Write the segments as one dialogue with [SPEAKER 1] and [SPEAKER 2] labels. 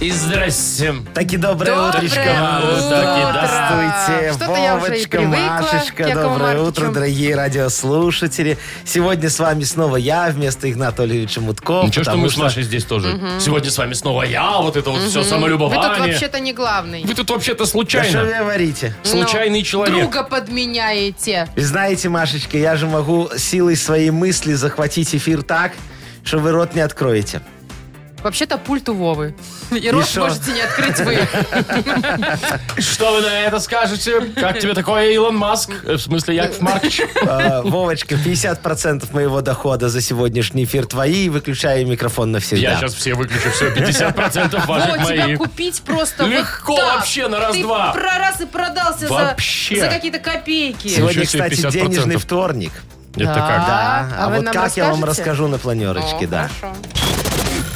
[SPEAKER 1] И здрасте.
[SPEAKER 2] Таки доброе,
[SPEAKER 3] Доброе
[SPEAKER 2] утречко.
[SPEAKER 3] утро.
[SPEAKER 2] Здравствуйте.
[SPEAKER 3] Что-то я уже и
[SPEAKER 2] Вовочка,
[SPEAKER 3] привыкла к
[SPEAKER 2] Машечка,
[SPEAKER 3] Якову
[SPEAKER 2] доброе
[SPEAKER 3] Марковичу.
[SPEAKER 2] утро, дорогие радиослушатели. Сегодня с вами снова я вместо Игната Олеговича Мутко.
[SPEAKER 1] Ничего, что
[SPEAKER 2] потому
[SPEAKER 1] мы с Машей здесь тоже. Сегодня с вами снова я, вот это вот все
[SPEAKER 3] Вы тут
[SPEAKER 1] самолюбование.
[SPEAKER 3] вообще-то не главный.
[SPEAKER 1] Вы тут вообще-то
[SPEAKER 2] Да что вы
[SPEAKER 1] случайно.
[SPEAKER 2] говорите?
[SPEAKER 1] Случайный
[SPEAKER 3] Ну,
[SPEAKER 1] человек.
[SPEAKER 3] Друга подменяете.
[SPEAKER 2] Вы знаете, Машечка, я же могу силой своей мысли захватить эфир так, что вы рот не откроете.
[SPEAKER 3] Вообще-то пульт у Вовы. И рот
[SPEAKER 2] шо?
[SPEAKER 3] можете не открыть вы.
[SPEAKER 1] Что вы на это скажете? Как тебе такое, Илон Маск? Э, В смысле, Яков Маркович?
[SPEAKER 2] Э, Вовочка, 50% моего дохода за сегодняшний эфир твои, и выключаю микрофон навсегда.
[SPEAKER 1] Я сейчас все выключу, все, 50%
[SPEAKER 3] Во,
[SPEAKER 1] ваших
[SPEAKER 3] тебя
[SPEAKER 1] моих.
[SPEAKER 3] купить просто
[SPEAKER 1] Легко
[SPEAKER 3] вот так.
[SPEAKER 1] вообще на раз-два.
[SPEAKER 3] Ты про раз и продался за-
[SPEAKER 1] Вообще.
[SPEAKER 3] за какие-то копейки.
[SPEAKER 2] Сегодня,
[SPEAKER 1] Ничего себе,
[SPEAKER 2] кстати,
[SPEAKER 1] 50%.
[SPEAKER 2] денежный вторник.
[SPEAKER 1] Это
[SPEAKER 3] Да.
[SPEAKER 1] как?
[SPEAKER 2] Да, а,
[SPEAKER 3] А вы
[SPEAKER 2] вот
[SPEAKER 3] нам
[SPEAKER 2] как я вам
[SPEAKER 3] расскажете?
[SPEAKER 2] расскажу на планерочке,
[SPEAKER 3] О,
[SPEAKER 2] да.
[SPEAKER 3] хорошо.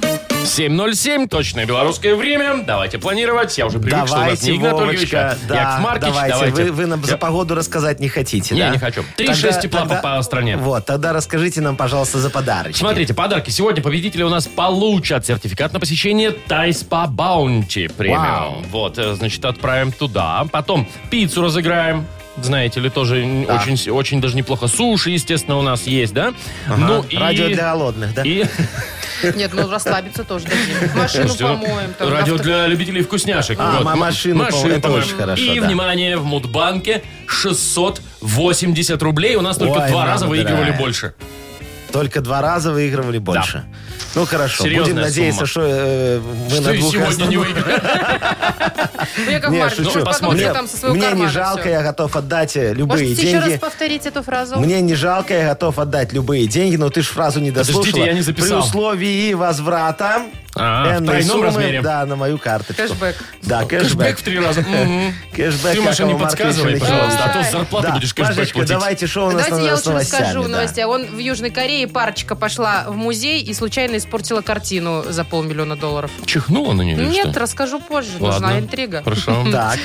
[SPEAKER 1] 7.07, точное белорусское время. Давайте планировать. Я уже привык, что у нас
[SPEAKER 2] Давайте,
[SPEAKER 1] не Игнат Ольгович, а
[SPEAKER 2] Вовочка, да,
[SPEAKER 1] Яков Маркович.
[SPEAKER 2] давайте.
[SPEAKER 1] Давайте.
[SPEAKER 2] Вы, вы нам за
[SPEAKER 1] Я-
[SPEAKER 2] погоду рассказать не хотите,
[SPEAKER 1] Не,
[SPEAKER 2] да?
[SPEAKER 1] не хочу. Три,
[SPEAKER 2] Тогда-
[SPEAKER 1] шесть тепла
[SPEAKER 2] тогда-
[SPEAKER 1] по- по стране.
[SPEAKER 2] Вот, тогда расскажите нам, пожалуйста, за подарочки.
[SPEAKER 1] Смотрите, подарки. Сегодня победители у нас получат сертификат на посещение Тайс по Баунти премиум.
[SPEAKER 2] Вау.
[SPEAKER 1] Вот, э, значит, отправим туда. Потом пиццу разыграем. Знаете ли, тоже н- очень, очень даже неплохо. Суши, естественно, у нас есть, да? Ну и...
[SPEAKER 2] Радио для голодных, да?
[SPEAKER 1] и-
[SPEAKER 3] Нет, ну расслабиться тоже дадим. Машину
[SPEAKER 1] Слушайте, ну,
[SPEAKER 3] помоем. там,
[SPEAKER 1] Радио
[SPEAKER 3] авто-
[SPEAKER 1] для любителей вкусняшек.
[SPEAKER 2] А, ма-
[SPEAKER 1] м-
[SPEAKER 2] машину помоем, это очень хорошо,
[SPEAKER 1] И,
[SPEAKER 2] да.
[SPEAKER 1] внимание, в Мудбанке 680 рублей. У нас только
[SPEAKER 2] Ой,
[SPEAKER 1] два
[SPEAKER 2] мама
[SPEAKER 1] раза выигрывали
[SPEAKER 2] дорогая.
[SPEAKER 1] больше.
[SPEAKER 2] Только два раза выигрывали больше. Ну, хорошо.
[SPEAKER 1] Серьезная
[SPEAKER 2] Будем надеяться,
[SPEAKER 1] сумма.
[SPEAKER 2] что э, мы
[SPEAKER 1] Что
[SPEAKER 2] на
[SPEAKER 1] и
[SPEAKER 2] двух
[SPEAKER 1] сегодня не
[SPEAKER 2] остановимся.
[SPEAKER 1] выиграли.
[SPEAKER 3] Ну, Яков
[SPEAKER 2] Не,
[SPEAKER 3] Маркович,
[SPEAKER 2] шучу.
[SPEAKER 3] может, потом
[SPEAKER 1] Посмотрим.
[SPEAKER 3] тебе
[SPEAKER 2] Мне,
[SPEAKER 3] там со своего
[SPEAKER 2] мне не
[SPEAKER 3] кармана
[SPEAKER 2] жалко,
[SPEAKER 3] всё.
[SPEAKER 2] я готов отдать э, любые
[SPEAKER 3] Можете еще раз
[SPEAKER 2] деньги.
[SPEAKER 3] повторить эту фразу?
[SPEAKER 2] Мне не жалко, я готов отдать любые деньги, но ты ж фразу не
[SPEAKER 1] Подождите,
[SPEAKER 2] дослушала.
[SPEAKER 1] я не записал.
[SPEAKER 2] При условии возврата
[SPEAKER 1] А, в
[SPEAKER 2] энной
[SPEAKER 1] тройном
[SPEAKER 2] суммы,
[SPEAKER 1] размере.
[SPEAKER 2] да, на мою карточку.
[SPEAKER 3] Кэшбэк.
[SPEAKER 2] Да,
[SPEAKER 1] Кэшбэк
[SPEAKER 2] А кэшбэк.
[SPEAKER 1] в три раза. Мгм.
[SPEAKER 2] Кэшбэк,
[SPEAKER 1] Ты, Маша,
[SPEAKER 2] Якова
[SPEAKER 1] не
[SPEAKER 2] Марковича
[SPEAKER 1] подсказывай,
[SPEAKER 2] Нахимова.
[SPEAKER 1] пожалуйста, а то с зарплаты
[SPEAKER 2] Да,
[SPEAKER 1] будешь кэшбэк
[SPEAKER 2] Машечка,
[SPEAKER 1] платить.
[SPEAKER 2] давайте, что у нас
[SPEAKER 3] Давайте
[SPEAKER 2] на-
[SPEAKER 3] я
[SPEAKER 2] с
[SPEAKER 3] лучше
[SPEAKER 2] новостями?
[SPEAKER 3] расскажу
[SPEAKER 2] да.
[SPEAKER 3] новости. А Он в Южной Корее парочка пошла в музей и случайно испортила картину за полмиллиона долларов.
[SPEAKER 1] Чихнула на нее? или
[SPEAKER 3] Нет,
[SPEAKER 1] что?
[SPEAKER 3] расскажу позже.
[SPEAKER 1] Ладно.
[SPEAKER 3] Нужна интрига.
[SPEAKER 1] Хорошо.
[SPEAKER 2] Так,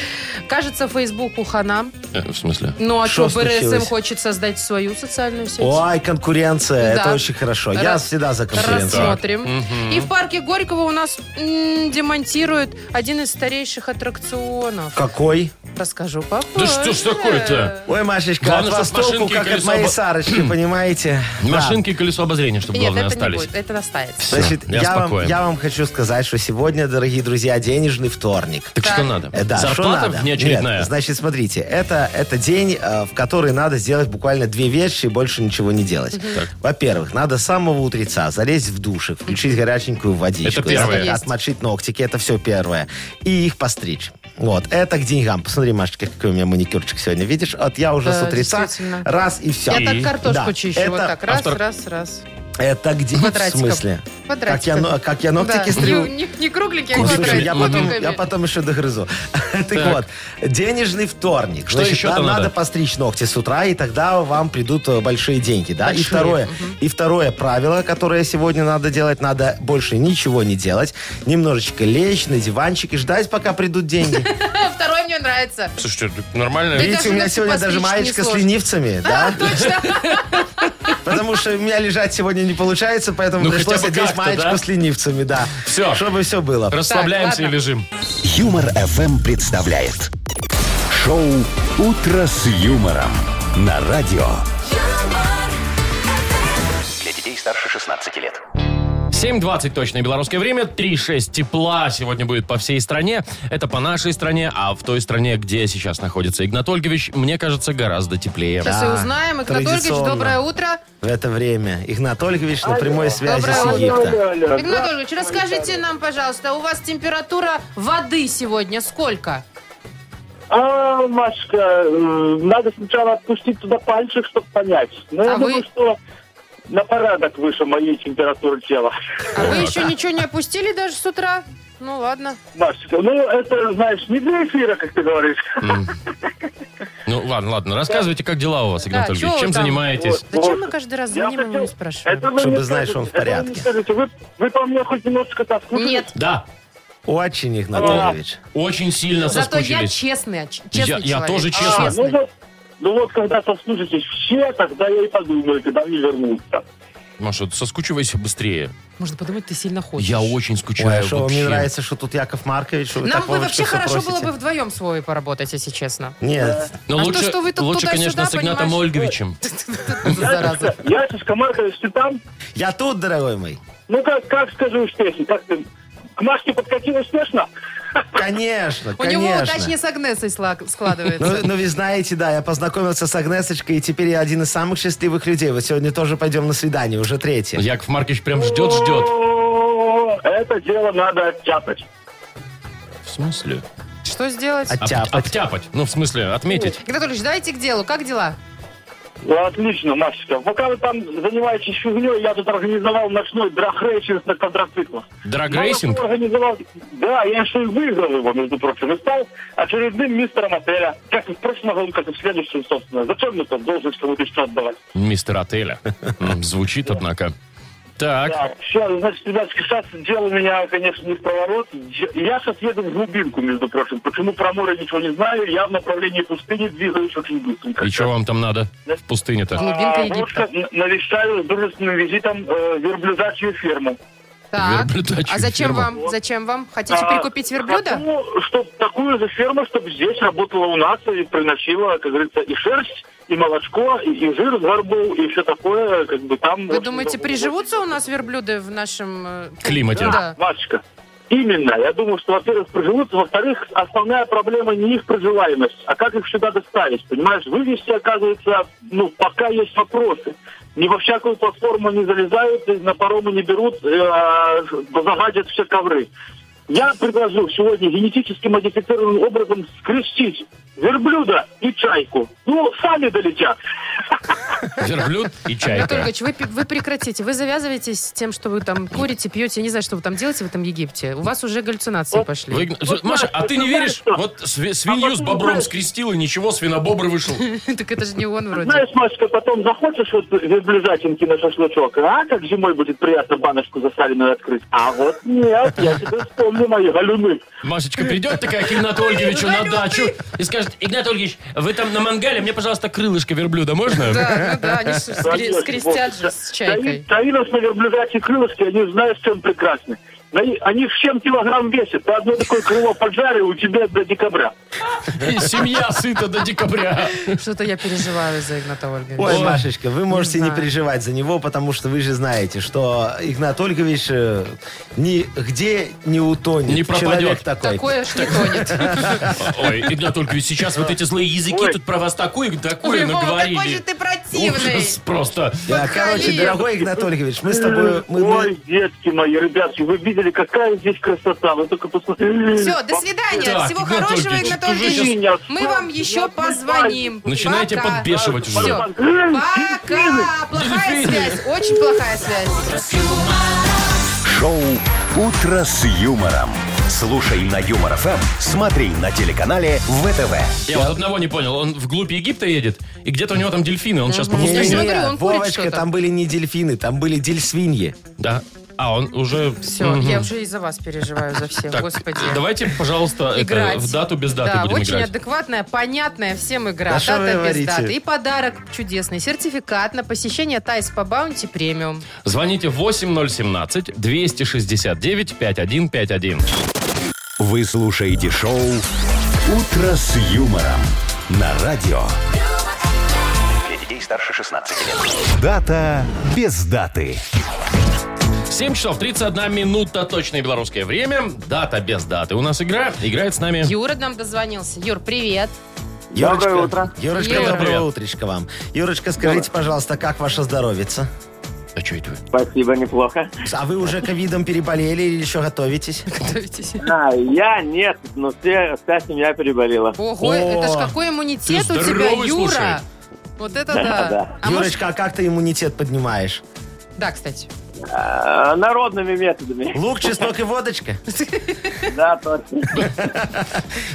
[SPEAKER 3] Кажется, Фейсбуку хана.
[SPEAKER 1] Э, В смысле?
[SPEAKER 3] Ну, а что,
[SPEAKER 2] Шо
[SPEAKER 3] БРСМ
[SPEAKER 2] случилось?
[SPEAKER 3] хочет создать свою социальную сеть?
[SPEAKER 2] ой, конкуренция,
[SPEAKER 3] Да.
[SPEAKER 2] это очень хорошо. Я
[SPEAKER 3] Раз-
[SPEAKER 2] всегда за конкуренцию.
[SPEAKER 3] Рассмотрим. И в парке Горького у нас м, демонтируют один из старейших аттракционов.
[SPEAKER 2] Какой?
[SPEAKER 3] Расскажу попозже.
[SPEAKER 1] Да что ж такое-то?
[SPEAKER 2] Ой, Машечка,
[SPEAKER 1] Главное,
[SPEAKER 2] от вас
[SPEAKER 1] чтоб машинки
[SPEAKER 2] толку,
[SPEAKER 1] и
[SPEAKER 2] как от
[SPEAKER 1] колесо
[SPEAKER 2] моей
[SPEAKER 1] обо-
[SPEAKER 2] Сарочки, понимаете? Да.
[SPEAKER 1] Машинки и колесо обозрения, чтобы
[SPEAKER 3] Нет,
[SPEAKER 1] главное
[SPEAKER 3] это не
[SPEAKER 1] остались.
[SPEAKER 3] будет, это останется.
[SPEAKER 1] Всё,
[SPEAKER 2] Значит,
[SPEAKER 1] я
[SPEAKER 2] я, вам,
[SPEAKER 1] спокоен.
[SPEAKER 2] я вам хочу сказать, что сегодня, дорогие друзья, денежный вторник.
[SPEAKER 1] Так что надо?
[SPEAKER 2] Э, Да, что
[SPEAKER 1] Зарплата
[SPEAKER 2] надо?
[SPEAKER 1] внеочередная.
[SPEAKER 2] Нет, значит, смотрите, это, это день, э, в который надо сделать буквально две вещи и больше ничего не делать. Во-первых, надо с самого утреца залезть в душик, включить горяченькую водичку,
[SPEAKER 1] Это первое.
[SPEAKER 2] надо
[SPEAKER 3] Есть.
[SPEAKER 2] отмочить ногтики, это все первое. И их постричь. Вот, это к деньгам. Посмотри, Машечка, какой у меня маникюрчик сегодня. Видишь, вот я уже с
[SPEAKER 3] Да,
[SPEAKER 2] утреца
[SPEAKER 3] действительно.
[SPEAKER 2] раз и все.
[SPEAKER 3] Я
[SPEAKER 1] И-
[SPEAKER 3] так картошку
[SPEAKER 2] Да,
[SPEAKER 3] чищу, вот
[SPEAKER 2] это
[SPEAKER 3] так, раз,
[SPEAKER 1] автор-
[SPEAKER 3] раз, раз.
[SPEAKER 2] Это где? В
[SPEAKER 3] Квадратиком.
[SPEAKER 2] смысле? Как я,
[SPEAKER 3] Квадратиком.
[SPEAKER 2] но- как я ногтики
[SPEAKER 3] Да. Ну,
[SPEAKER 2] стрижу?
[SPEAKER 3] Не, не- не кругленькие, а
[SPEAKER 2] Ой, слушай, я, потом,
[SPEAKER 3] квадратиками.
[SPEAKER 2] я потом еще догрызу. Так вот, денежный вторник.
[SPEAKER 1] Что еще
[SPEAKER 2] вам
[SPEAKER 1] там
[SPEAKER 2] надо?
[SPEAKER 1] надо?
[SPEAKER 2] постричь ногти с утра, и тогда вам придут э, большие деньги. Да? И,
[SPEAKER 3] Большие,
[SPEAKER 2] второе, и второе правило, которое сегодня надо делать, надо больше ничего не делать. Немножечко лечь на диванчик и ждать, пока придут деньги.
[SPEAKER 3] А Второй мне нравится.
[SPEAKER 1] Слушайте, нормально?
[SPEAKER 3] Да
[SPEAKER 2] Видите, у меня
[SPEAKER 3] ногти
[SPEAKER 2] сегодня даже
[SPEAKER 3] постричь
[SPEAKER 2] маечка с
[SPEAKER 3] несложно.
[SPEAKER 2] ленивцами, да?
[SPEAKER 3] Точно.
[SPEAKER 2] Потому что у меня лежать сегодня не получается, поэтому
[SPEAKER 1] Ну,
[SPEAKER 2] пришлось
[SPEAKER 1] хотя бы
[SPEAKER 2] одеть
[SPEAKER 1] как-то,
[SPEAKER 2] маечку
[SPEAKER 1] да?
[SPEAKER 2] с ленивцами, да.
[SPEAKER 1] Всё.
[SPEAKER 2] Чтобы все было.
[SPEAKER 1] Расслабляемся
[SPEAKER 3] ладно.
[SPEAKER 1] и лежим.
[SPEAKER 4] Юмор FM представляет шоу Утро с юмором на радио. Для детей старше 16 лет.
[SPEAKER 1] 7.20 точное белорусское время, 3.6 тепла сегодня будет по всей стране. Это по нашей стране, а в той стране, где сейчас находится Игнат Ольгович, мне кажется, гораздо теплее.
[SPEAKER 3] Сейчас и узнаем. Игнат Ольгович,
[SPEAKER 2] традиционно.
[SPEAKER 3] доброе утро.
[SPEAKER 2] В это время Игнат Ольгович на прямой связи
[SPEAKER 3] Доброе
[SPEAKER 2] с
[SPEAKER 3] утро.
[SPEAKER 2] Египта.
[SPEAKER 3] Игнат Ольгович, расскажите нам, пожалуйста, у вас температура воды сегодня сколько?
[SPEAKER 5] А, Машка, э, надо сначала отпустить туда пальчик, чтобы понять. Но Ну, я
[SPEAKER 3] А
[SPEAKER 5] думаю,
[SPEAKER 3] вы-
[SPEAKER 5] что на порядок выше моей температуры тела.
[SPEAKER 3] А вы еще ничего не опустили даже с утра? Ну ладно.
[SPEAKER 5] Машечка, ну это, знаешь, не для эфира, как ты говоришь.
[SPEAKER 1] Ну, ладно, ладно. Рассказывайте, как дела у вас, Игнат
[SPEAKER 3] Да,
[SPEAKER 1] Ольгович?
[SPEAKER 3] чё вы
[SPEAKER 1] Чем
[SPEAKER 3] там?
[SPEAKER 1] занимаетесь?
[SPEAKER 3] Зачем мы каждый раз
[SPEAKER 5] Ну, Я
[SPEAKER 3] звоним и
[SPEAKER 5] хотел-
[SPEAKER 3] не спрашиваем?
[SPEAKER 5] Это вы
[SPEAKER 2] Чтобы
[SPEAKER 5] мне
[SPEAKER 2] знать,
[SPEAKER 5] скажете,
[SPEAKER 2] что он в
[SPEAKER 5] это вы мне
[SPEAKER 2] порядке.
[SPEAKER 5] скажете. Вы, вы по мне хоть немножечко тоскуете?
[SPEAKER 3] Нет.
[SPEAKER 1] Да,
[SPEAKER 2] Очень, Игнат Ольгович.
[SPEAKER 1] очень сильно
[SPEAKER 3] Зато я
[SPEAKER 1] соскучились.
[SPEAKER 3] честный, ч-
[SPEAKER 1] Я-
[SPEAKER 3] честный
[SPEAKER 1] я
[SPEAKER 3] человек.
[SPEAKER 1] тоже
[SPEAKER 5] А, ну,
[SPEAKER 1] честный.
[SPEAKER 5] вот, ну вот, когда сослужитесь все, тогда я и подумаю, когда мне вернуться.
[SPEAKER 1] Маша, соскучивайся быстрее.
[SPEAKER 3] Можно подумать, ты сильно хочешь.
[SPEAKER 1] Я очень
[SPEAKER 2] Ой, а
[SPEAKER 1] скучаю
[SPEAKER 2] что вам не
[SPEAKER 1] вообще.
[SPEAKER 2] нравится, что тут Яков Маркович? что вы
[SPEAKER 3] Нам
[SPEAKER 2] так,
[SPEAKER 3] бы
[SPEAKER 2] Вовочка,
[SPEAKER 3] вообще
[SPEAKER 2] всё
[SPEAKER 3] хорошо было
[SPEAKER 2] просите?
[SPEAKER 3] бы вдвоем с Вовой поработать, если честно.
[SPEAKER 2] Нет,
[SPEAKER 1] Но
[SPEAKER 3] А то,
[SPEAKER 1] лучше,
[SPEAKER 3] что вы тут
[SPEAKER 1] лучше
[SPEAKER 3] туда-сюда,
[SPEAKER 1] конечно, с Игнатом
[SPEAKER 3] понимаешь?
[SPEAKER 1] Ольговичем.
[SPEAKER 3] Зараза.
[SPEAKER 5] Яшечка, Маркович, ты там?
[SPEAKER 2] я тут, дорогой мой.
[SPEAKER 5] Ну как, как скажи успешно? Как ты? К Машке подкатил успешно?
[SPEAKER 2] Конечно,
[SPEAKER 3] У него
[SPEAKER 2] конечно.
[SPEAKER 3] удачнее с Агнесой сла-
[SPEAKER 2] Ну,
[SPEAKER 3] складывается.
[SPEAKER 2] ну, вы знаете, да, я познакомился с Агнесочкой, и теперь я один из самых счастливых людей. Вот сегодня тоже пойдем на свидание, уже третье.
[SPEAKER 1] Яков Маркович прям ждет-ждет.
[SPEAKER 5] О, Это дело надо оттяпать.
[SPEAKER 1] В смысле?
[SPEAKER 3] Что сделать?
[SPEAKER 2] От-
[SPEAKER 1] Об-
[SPEAKER 2] Оттяпать.
[SPEAKER 1] Обтяпать. Ну, в смысле, отметить.
[SPEAKER 3] Игнат Ольевич, давайте к делу. Как дела?
[SPEAKER 5] Ну, Отлично, Машечка. Пока вы там занимаетесь фигней, я тут организовал ночной драгрейсинг на квадроциклах.
[SPEAKER 1] Драгрейсинг?
[SPEAKER 5] Мало кто организовал. Да, я еще и выиграл его, между прочим, и стал очередным мистером отеля. Как и в прошлом году, как и в следующем, собственно. Зачем мне там должность кому-то еще отдавать?
[SPEAKER 1] Мистер отеля. М, Звучит, однако. Так,
[SPEAKER 5] Так, все, значит, ребятки, сейчас дело у меня, конечно, не в проворот. Д- Я сейчас еду в глубинку, между прочим. Почему про море ничего не знаю, я в направлении пустыни двигаюсь очень быстренько.
[SPEAKER 1] и что вам там надо в пустыне-то?
[SPEAKER 3] Глубинка
[SPEAKER 5] А,
[SPEAKER 3] Египта.
[SPEAKER 5] вот как навещаю с дружественным визитом э, верблюдачью ферму.
[SPEAKER 3] Так.
[SPEAKER 1] Верблюдачью
[SPEAKER 3] А зачем
[SPEAKER 1] ферму.
[SPEAKER 3] вам? Зачем вам? Хотите
[SPEAKER 5] А,
[SPEAKER 3] прикупить верблюда?
[SPEAKER 5] Хочу, чтоб такую же ферму, чтобы здесь работала у нас и приносила, как говорится, и шерсть, и молочко, и, и жир с горбу, и все такое, как бы там...
[SPEAKER 3] Вы
[SPEAKER 5] очень
[SPEAKER 3] думаете,
[SPEAKER 5] много-
[SPEAKER 3] приживутся у нас верблюды в нашем... э,
[SPEAKER 1] Климате.
[SPEAKER 3] Да.
[SPEAKER 5] А, Машечка, именно. Я думаю, что, во-первых, проживутся, во-вторых, основная проблема не их проживаемость, а как их сюда доставить. Понимаешь, вывести, оказывается, ну, пока есть вопросы. Ни во всякую платформу не залезают, и на паромы не берут, э, а, загадят все ковры. Я предложил сегодня генетически модифицированным образом скрестить верблюда и чайку. Ну, сами долетят.
[SPEAKER 1] Верблюд и
[SPEAKER 3] Анатолий
[SPEAKER 1] чайка.
[SPEAKER 3] Ильич, вы, пи- вы прекратите. Вы завязываетесь с тем, что вы там курите, пьете, не знаю, что вы там делаете в этом Египте. У вас уже галлюцинации пошли.
[SPEAKER 1] Вы, Игна- Маша, а ты не веришь? Вот сви- свинью с бобром скрестил, и ничего, свинобобр вышел.
[SPEAKER 3] Так это же не он вроде.
[SPEAKER 5] Знаешь, Машка, потом захочешь вот верблюжатинки на шашлычок, а как зимой будет приятно баночку засаленную открыть. А вот нет, я тебе вспомню мои галюны.
[SPEAKER 1] Машечка придет такая к Игнату Ольговичу на
[SPEAKER 3] Валюты.
[SPEAKER 1] дачу и скажет, Игнат Ольгович, вы там на мангале, мне, пожалуйста, крылышко верблюда можно?
[SPEAKER 3] Да, ну да, они ж скре- скрестят же с чайкой.
[SPEAKER 5] Таинос на верблюжатьи крылышки, они знаешь, чем прекрасны. Они- Они в 7 килограмм весят. Ты одно такое крыло поджарил, у тебя до декабря.
[SPEAKER 1] И семья сыта до декабря.
[SPEAKER 3] Что-то я переживаю за Игната
[SPEAKER 2] Ой,
[SPEAKER 3] Ольговича.
[SPEAKER 2] Машечка, вы можете не,
[SPEAKER 3] знаю.
[SPEAKER 2] переживать за него, потому что вы же знаете, что Игнат Ольгович э, нигде не утонет.
[SPEAKER 1] Не пропадет.
[SPEAKER 2] Человек такой.
[SPEAKER 3] Такое ж не тонет.
[SPEAKER 1] Ой, Игнат Ольгович, сейчас вот эти злые языки
[SPEAKER 5] Ой.
[SPEAKER 1] тут про вас такое, такое
[SPEAKER 3] Ой, Вова, какой же
[SPEAKER 1] наговорили.
[SPEAKER 3] ты противный.
[SPEAKER 1] Ужас просто.
[SPEAKER 2] Да,
[SPEAKER 3] Подхалим.
[SPEAKER 2] Э, короче, дорогой Игнат Ольгович, мы с тобой... мы- мы-
[SPEAKER 5] Ой, детки мои, ребятки, вы видели, какая здесь красота. Вы только посмотрите.
[SPEAKER 3] Все, до свидания.
[SPEAKER 1] Так,
[SPEAKER 3] Всего
[SPEAKER 1] Игнат
[SPEAKER 3] хорошего,
[SPEAKER 1] Ольгич,
[SPEAKER 3] Игнат
[SPEAKER 1] ты же
[SPEAKER 3] Ольгич.
[SPEAKER 5] щас-
[SPEAKER 3] Мы вам еще позвоним.
[SPEAKER 1] Начинайте
[SPEAKER 3] Пока.
[SPEAKER 1] подбешивать уже.
[SPEAKER 3] Всё. Пока! Плохая связь, очень плохая связь.
[SPEAKER 4] Шоу «Утро с юмором». Слушай на Юмор ФМ, смотри на телеканале ВТВ.
[SPEAKER 1] Я вот одного не понял, он вглубь Египта едет, и где-то у него там дельфины, он сейчас по
[SPEAKER 2] Не,
[SPEAKER 3] Я
[SPEAKER 2] не,
[SPEAKER 1] пустыне.
[SPEAKER 3] смотрю, Ну, он курит
[SPEAKER 2] Вовочка,
[SPEAKER 3] что-то.
[SPEAKER 2] там были не дельфины, там были дельсвиньи.
[SPEAKER 1] Да. А, он уже...
[SPEAKER 3] Все, я уже и за вас переживаю, за всех,
[SPEAKER 1] Так,
[SPEAKER 3] господи.
[SPEAKER 1] давайте, пожалуйста, это,
[SPEAKER 3] Играть.
[SPEAKER 1] в дату без даты
[SPEAKER 3] да,
[SPEAKER 1] будем
[SPEAKER 3] очень
[SPEAKER 1] играть.
[SPEAKER 3] адекватная, понятная всем игра.
[SPEAKER 2] Да что вы
[SPEAKER 3] Дата без
[SPEAKER 2] говорите?
[SPEAKER 3] даты. И подарок чудесный. Сертификат на посещение Тайс по Баунти премиум.
[SPEAKER 1] Звоните 8017-269-5151.
[SPEAKER 4] Вы слушаете шоу «Утро с юмором» на радио. Для детей старше 16 лет. Дата без даты.
[SPEAKER 1] 7 часов 31 минута, точное белорусское время. Дата без даты. У нас игра. Играет с нами...
[SPEAKER 3] Юра нам дозвонился. Юр, привет.
[SPEAKER 2] Юрочка,
[SPEAKER 5] Доброе утро.
[SPEAKER 2] Юрочка,
[SPEAKER 3] Юра.
[SPEAKER 2] доброе
[SPEAKER 1] Привет.
[SPEAKER 2] утречко вам. Юрочка, скажите, пожалуйста, как ваша здоровица?
[SPEAKER 1] А что это? вы?
[SPEAKER 5] Спасибо, неплохо.
[SPEAKER 2] А вы уже ковидом переболели или еще готовитесь?
[SPEAKER 3] Готовитесь.
[SPEAKER 5] А, я нет, но все, вся семья переболела.
[SPEAKER 3] Ого,
[SPEAKER 2] О,
[SPEAKER 3] это ж какой иммунитет
[SPEAKER 1] ты
[SPEAKER 3] у тебя,
[SPEAKER 1] здоровый,
[SPEAKER 3] Юра.
[SPEAKER 1] слушай.
[SPEAKER 3] Вот это да.
[SPEAKER 5] Да.
[SPEAKER 3] А может-
[SPEAKER 2] Юрочка, а как ты иммунитет поднимаешь?
[SPEAKER 3] Да, кстати.
[SPEAKER 5] Э, Народными методами.
[SPEAKER 2] Лук, чеснок и водочка.
[SPEAKER 5] Да, точно.
[SPEAKER 3] Э,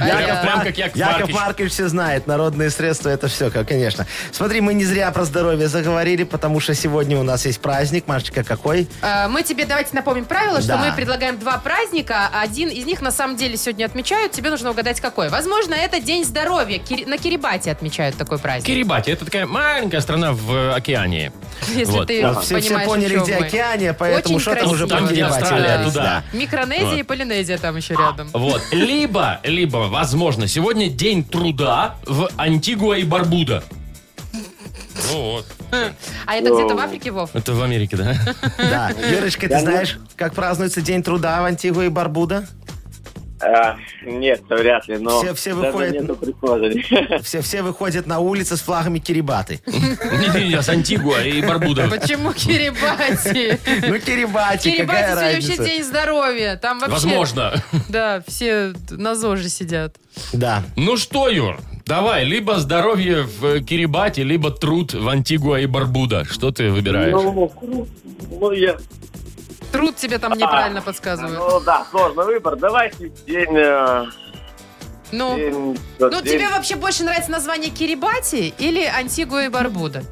[SPEAKER 1] Яков, прям как Яков Маркович.
[SPEAKER 2] Маркович все знает. Народные средства это все, как, конечно. Смотри, мы не зря про здоровье заговорили, потому что сегодня у нас есть праздник. Машечка, какой?
[SPEAKER 3] А, Мы тебе давайте напомним правило, что
[SPEAKER 2] Да.
[SPEAKER 3] мы предлагаем два праздника. Один из них на самом деле сегодня отмечают. Тебе нужно угадать, какой. Возможно, это День здоровья. Кири- На Кирибате отмечают такой праздник.
[SPEAKER 1] Кирибати. Это такая маленькая страна в э, океане.
[SPEAKER 3] Если
[SPEAKER 1] Вот.
[SPEAKER 3] ты
[SPEAKER 2] Вот все, все
[SPEAKER 3] понимаешь, о
[SPEAKER 2] поняли,
[SPEAKER 3] чем
[SPEAKER 2] где
[SPEAKER 3] мы.
[SPEAKER 2] океания, поэтому
[SPEAKER 3] Очень
[SPEAKER 2] что там уже
[SPEAKER 3] красиво.
[SPEAKER 2] про
[SPEAKER 1] Там, где
[SPEAKER 2] Кирибати
[SPEAKER 1] Австралия,
[SPEAKER 2] говорить,
[SPEAKER 1] туда.
[SPEAKER 2] да.
[SPEAKER 3] Микронезия и Полинезия там еще рядом.
[SPEAKER 1] Вот. Либо, либо, возможно, сегодня день труда в Антигуа и Барбуда. вот.
[SPEAKER 3] А это где-то в Африке, Вов?
[SPEAKER 1] Это в Америке, да?
[SPEAKER 2] Да. Верочка, ты знаешь, как празднуется День труда в Антигуа и Барбуда?
[SPEAKER 5] Э, Нет, вряд ли, но...
[SPEAKER 2] Все- все
[SPEAKER 5] даже
[SPEAKER 2] выходят-
[SPEAKER 5] нету прихожей.
[SPEAKER 2] Все, все выходят на улицы с флагами Кирибаты.
[SPEAKER 1] Не-не-не, с Антигуа и Барбуда.
[SPEAKER 3] А Почему Кирибати?
[SPEAKER 2] Ну, Кирибати, какая
[SPEAKER 3] Кирибати сегодня
[SPEAKER 2] разница?
[SPEAKER 3] вообще День здоровья. Там вообще...
[SPEAKER 1] Возможно.
[SPEAKER 3] Да, все на ЗОЖе сидят.
[SPEAKER 2] Да.
[SPEAKER 1] Ну что, Юр, давай, либо здоровье в Кирибате, либо труд в Антигуа и Барбуда. Что ты выбираешь?
[SPEAKER 5] Ну, ну, я...
[SPEAKER 3] Труд тебе там неправильно подсказывают.
[SPEAKER 5] Ну, да, сложный выбор. Давайте день... э,
[SPEAKER 3] Ну,
[SPEAKER 5] день-
[SPEAKER 3] ну
[SPEAKER 5] день-
[SPEAKER 3] тебе вообще больше нравится название Кирибати или Антигуа и Барбуда?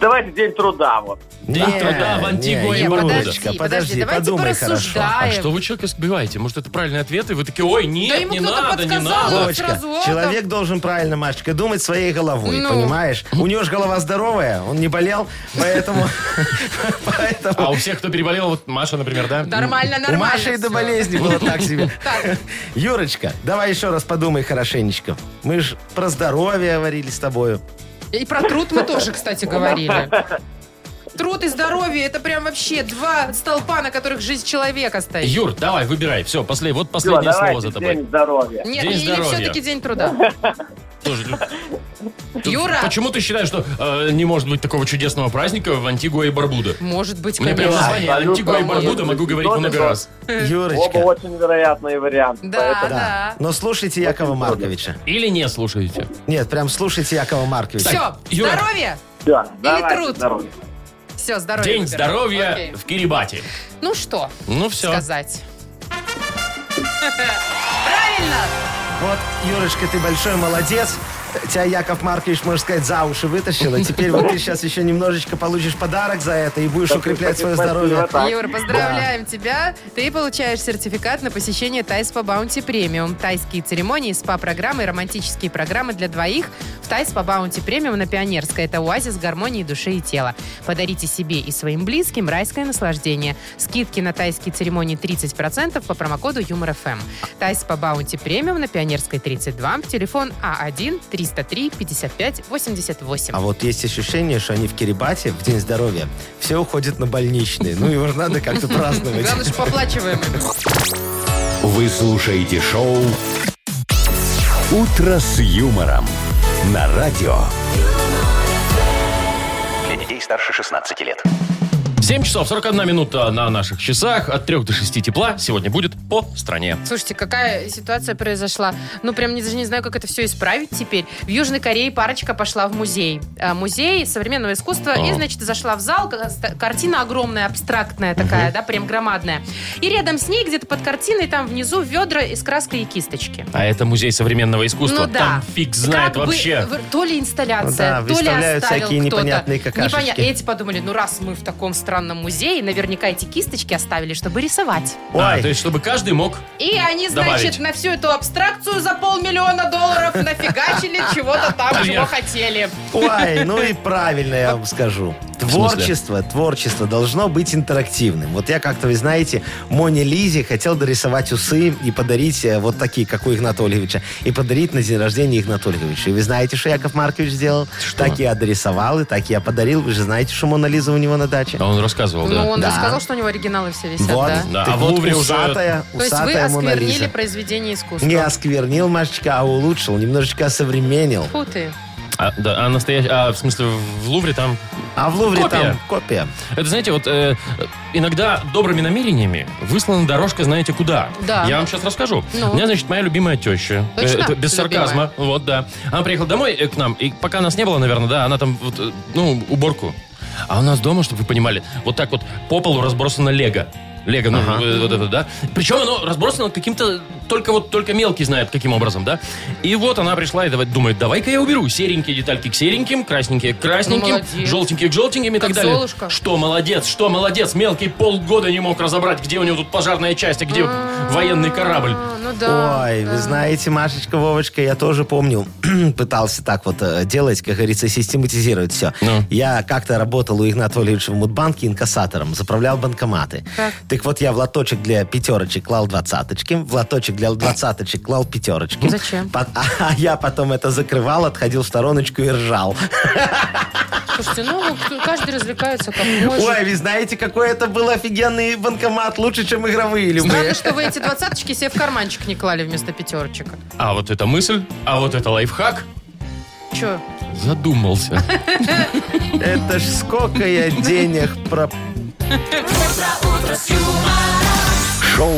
[SPEAKER 5] Давайте день труда, вот.
[SPEAKER 1] День
[SPEAKER 2] Не,
[SPEAKER 1] труда в Антигуа
[SPEAKER 2] не,
[SPEAKER 1] и
[SPEAKER 2] Юрочка,
[SPEAKER 1] Барбуда.
[SPEAKER 2] Подожди,
[SPEAKER 3] давайте
[SPEAKER 2] подумай хорошо.
[SPEAKER 3] порассуждаем.
[SPEAKER 1] А что вы человека сбиваете? Может, это правильный ответ? И вы такие, ой,
[SPEAKER 3] Да
[SPEAKER 1] нет,
[SPEAKER 3] ему
[SPEAKER 1] не
[SPEAKER 3] кто-то
[SPEAKER 1] надо, не
[SPEAKER 3] подсказал,
[SPEAKER 1] надо.
[SPEAKER 3] вот
[SPEAKER 2] Вовочка,
[SPEAKER 3] сразу, о,
[SPEAKER 2] человек должен правильно, Машечка, думать своей головой,
[SPEAKER 3] Ну.
[SPEAKER 2] понимаешь? У него же голова здоровая, он не болел, поэтому... поэтому
[SPEAKER 1] А у всех, кто переболел, вот Маша, например, да?
[SPEAKER 3] Нормально,
[SPEAKER 2] У
[SPEAKER 3] нормально.
[SPEAKER 2] Маши и
[SPEAKER 3] всё.
[SPEAKER 2] до болезни было так себе.
[SPEAKER 3] Так.
[SPEAKER 2] Юрочка, давай еще раз подумай хорошенечко. Мы же про здоровье говорили с тобою.
[SPEAKER 3] И про труд мы тоже, кстати, говорили. Труд и здоровье это прям вообще два столпа, на которых жизнь человека стоит.
[SPEAKER 1] Юр, давай, выбирай. Все, после, вот
[SPEAKER 5] Всё,
[SPEAKER 1] последнее слово
[SPEAKER 5] давайте
[SPEAKER 1] за тобой.
[SPEAKER 5] день здоровья.
[SPEAKER 3] Нет,
[SPEAKER 1] День
[SPEAKER 3] или
[SPEAKER 1] здоровья.
[SPEAKER 3] все-таки день труда.
[SPEAKER 1] Тоже, ты-
[SPEAKER 3] Юра!
[SPEAKER 1] Почему ты считаешь, что э, не может быть такого чудесного праздника в Антигуа и Барбуда?
[SPEAKER 3] Может быть,
[SPEAKER 1] Мне прям
[SPEAKER 3] конечно.
[SPEAKER 1] название
[SPEAKER 5] Абсолютно.
[SPEAKER 1] Антигуа и Барбуда могу говорить много раз.
[SPEAKER 5] Оба
[SPEAKER 2] Юрочка.
[SPEAKER 5] очень вероятные варианты.
[SPEAKER 3] Да,
[SPEAKER 5] поэтому-
[SPEAKER 2] Да.
[SPEAKER 3] А, да.
[SPEAKER 2] Но слушайте Якова Марковича.
[SPEAKER 1] Или не слушаете.
[SPEAKER 2] Нет, прям слушайте Якова Марковича.
[SPEAKER 3] Все,
[SPEAKER 1] Юра.
[SPEAKER 3] здоровье.
[SPEAKER 5] Всё, давайте
[SPEAKER 3] труд.
[SPEAKER 5] здоровья.
[SPEAKER 3] Все, здоровье.
[SPEAKER 1] День
[SPEAKER 3] выбираем.
[SPEAKER 1] здоровья
[SPEAKER 3] Окей.
[SPEAKER 1] в Кирибате.
[SPEAKER 3] Ну что
[SPEAKER 1] Ну все.
[SPEAKER 3] сказать? Правильно!
[SPEAKER 2] Вот, Юрочка, ты большой молодец. Тебя Яков Маркович, можно сказать, за уши вытащил. И теперь вот ты сейчас еще немножечко получишь подарок за это и будешь укреплять свое
[SPEAKER 5] Спасибо,
[SPEAKER 2] здоровье.
[SPEAKER 5] так.
[SPEAKER 3] Юр, поздравляем тебя. Ты получаешь сертификат на посещение Тайс по Баунти Премиум. Тайские церемонии, спа-программы и романтические программы для двоих в Тайс по Баунти Премиум на Пионерской. Это оазис гармонии души и тела. Подарите себе и своим близким райское наслаждение. Скидки на тайские церемонии 30% по промокоду Юмор ФМ. Тайс по Баунти Премиум на Пионерской 32, телефон
[SPEAKER 2] А
[SPEAKER 3] А1-303-55-88.
[SPEAKER 2] вот есть ощущение, что они в Кирибате в День здоровья все уходят на больничные. Ну, его же надо как-то праздновать.
[SPEAKER 3] Главное, что поплачиваем.
[SPEAKER 4] Вы слушаете шоу «Утро с юмором» на радио.
[SPEAKER 6] Для детей старше 16 лет.
[SPEAKER 1] 7 часов 41 минута на наших часах. От 3 до 6 тепла сегодня будет по стране.
[SPEAKER 3] Слушайте, какая ситуация произошла? Ну, прям не, даже не знаю, как это все исправить теперь. В Южной Корее парочка пошла в музей. А, Музей современного искусства.
[SPEAKER 1] О.
[SPEAKER 3] И, значит, зашла в зал. к- ста- Картина огромная, абстрактная такая, да, прям громадная. И рядом с ней, где-то под картиной, там внизу ведра из краской и кисточки.
[SPEAKER 1] А это музей современного искусства.
[SPEAKER 3] Ну да.
[SPEAKER 1] Там фиг знает
[SPEAKER 3] Как бы,
[SPEAKER 1] вообще.
[SPEAKER 3] в- то ли
[SPEAKER 2] Ну
[SPEAKER 3] инсталляция,
[SPEAKER 2] да,
[SPEAKER 3] то ли
[SPEAKER 2] выставляют
[SPEAKER 3] оставил
[SPEAKER 2] всякие
[SPEAKER 3] кто-то.
[SPEAKER 2] непонятные какашечки.
[SPEAKER 3] Непонятно. Эти подумали, ну раз мы в таком странном музее, наверняка эти кисточки оставили, чтобы рисовать.
[SPEAKER 1] А,
[SPEAKER 2] Ой,
[SPEAKER 1] то есть, чтобы каждый мог...
[SPEAKER 3] И они, значит,
[SPEAKER 1] Добавить.
[SPEAKER 3] на всю эту абстракцию за полмиллиона долларов нафигачили чего-то там, чего
[SPEAKER 1] Наверх.
[SPEAKER 3] хотели.
[SPEAKER 2] Ой, ну и правильно я вам скажу. Творчество, творчество должно быть интерактивным. Вот я как-то, вы знаете, Моне Лизе хотел дорисовать усы и подарить э, вот такие, как у Игната Ольговича, и подарить на день рождения Игната Ольговича. И вы знаете, что Яков Маркович сделал? Так я дорисовал, и так я подарил. Вы же знаете, что Мона Лиза у него на даче.
[SPEAKER 1] Да, он рассказывал, да.
[SPEAKER 3] Ну, он
[SPEAKER 2] Да.
[SPEAKER 3] рассказал, что у него оригиналы все висят,
[SPEAKER 2] Вот,
[SPEAKER 3] да?
[SPEAKER 1] Да,
[SPEAKER 2] так
[SPEAKER 1] а
[SPEAKER 2] вот
[SPEAKER 1] Лувре уже-
[SPEAKER 2] усатая,
[SPEAKER 3] То есть вы
[SPEAKER 2] усатая Мона
[SPEAKER 3] осквернили
[SPEAKER 2] Лиза.
[SPEAKER 3] произведение искусства.
[SPEAKER 2] Не осквернил, Машечка, а улучшил, немножечко осовременил.
[SPEAKER 3] Фу ты.
[SPEAKER 1] А, да, а настоящий... А, в смысле, в Лувре там
[SPEAKER 2] А в Лувре
[SPEAKER 1] Копия.
[SPEAKER 2] там копия.
[SPEAKER 1] Это, знаете, вот э, иногда добрыми намерениями выслана дорожка, знаете, куда.
[SPEAKER 3] Да.
[SPEAKER 1] Я вам сейчас расскажу.
[SPEAKER 3] Ну.
[SPEAKER 1] У меня, значит, моя любимая теща. Э,
[SPEAKER 3] Точно?
[SPEAKER 1] это без
[SPEAKER 3] Любимая?
[SPEAKER 1] сарказма. Вот, да. Она приехала домой э, к нам, и пока нас не было, наверное, да, она там, вот, э, ну, уборку А у нас дома, чтобы вы понимали, вот так вот по полу разбросано лего. Лего, ну, э, вот это, да. Причем оно разбросано каким-то, только вот, только мелкий знает, каким образом, да. И вот она пришла и давай- думает, давай-ка я уберу серенькие детальки к сереньким, красненькие к красненьким,
[SPEAKER 3] молодец.
[SPEAKER 1] желтенькие к желтеньким и
[SPEAKER 3] Как
[SPEAKER 1] так далее.
[SPEAKER 3] Золушка.
[SPEAKER 1] Что молодец, что молодец, мелкий полгода не мог разобрать, где у него тут пожарная часть, а где военный корабль.
[SPEAKER 3] А, Ну да.
[SPEAKER 2] Ой,
[SPEAKER 3] да.
[SPEAKER 2] вы знаете, Машечка, Вовочка, я тоже помню, пытался так вот э, делать, как говорится, систематизировать все.
[SPEAKER 1] Ну.
[SPEAKER 2] Я как-то работал у Игната Валерьевича в Мудбанке инкассатором, заправлял банкоматы.
[SPEAKER 3] Так.
[SPEAKER 2] вот я в лоточек для пятерочек клал двадцаточки, в лоточек для двадцаточек клал пятерочки.
[SPEAKER 3] Зачем?
[SPEAKER 2] Пот- А я потом это закрывал, отходил в стороночку и ржал.
[SPEAKER 3] Слушайте, ну кто- каждый развлекается как может.
[SPEAKER 2] Ой, вы знаете, какой это был офигенный банкомат, лучше, чем игровые любые.
[SPEAKER 3] Странно, что вы эти двадцаточки себе в карманчик не клали вместо пятерочек.
[SPEAKER 1] А вот это мысль, а вот это лайфхак.
[SPEAKER 3] Че?
[SPEAKER 1] Задумался.
[SPEAKER 2] Это ж сколько я денег про...
[SPEAKER 4] Шоу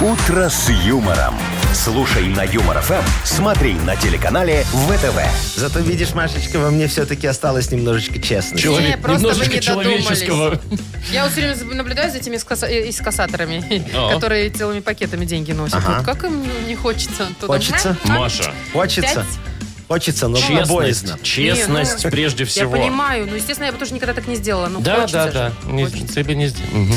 [SPEAKER 4] «Утро с юмором». Слушай на Юмор ФМ, смотри на телеканале ВТВ.
[SPEAKER 2] Зато, видишь, Машечка, во мне все-таки осталось немножечко честности.
[SPEAKER 1] Человек-
[SPEAKER 3] просто вы
[SPEAKER 1] немножечко
[SPEAKER 3] не додумались.
[SPEAKER 1] человеческого.
[SPEAKER 3] Я вот все время заб- наблюдаю за этими эскаса- э, эскасаторами,
[SPEAKER 1] О.
[SPEAKER 3] которые целыми пакетами деньги носят. Вот как им не хочется туда.
[SPEAKER 2] Хочется?
[SPEAKER 1] Маша,
[SPEAKER 2] Хочется. Хочется, но было боязно.
[SPEAKER 1] честность. Честность
[SPEAKER 3] Не, ну,
[SPEAKER 1] прежде
[SPEAKER 3] Я
[SPEAKER 1] всего.
[SPEAKER 3] понимаю, ну, естественно, я бы тоже никогда так не сделала. Ну,
[SPEAKER 1] Да,
[SPEAKER 3] хочется
[SPEAKER 1] да,
[SPEAKER 3] же.
[SPEAKER 1] да. Не-
[SPEAKER 3] Хочется.
[SPEAKER 1] Тебе не сдел- Мгм.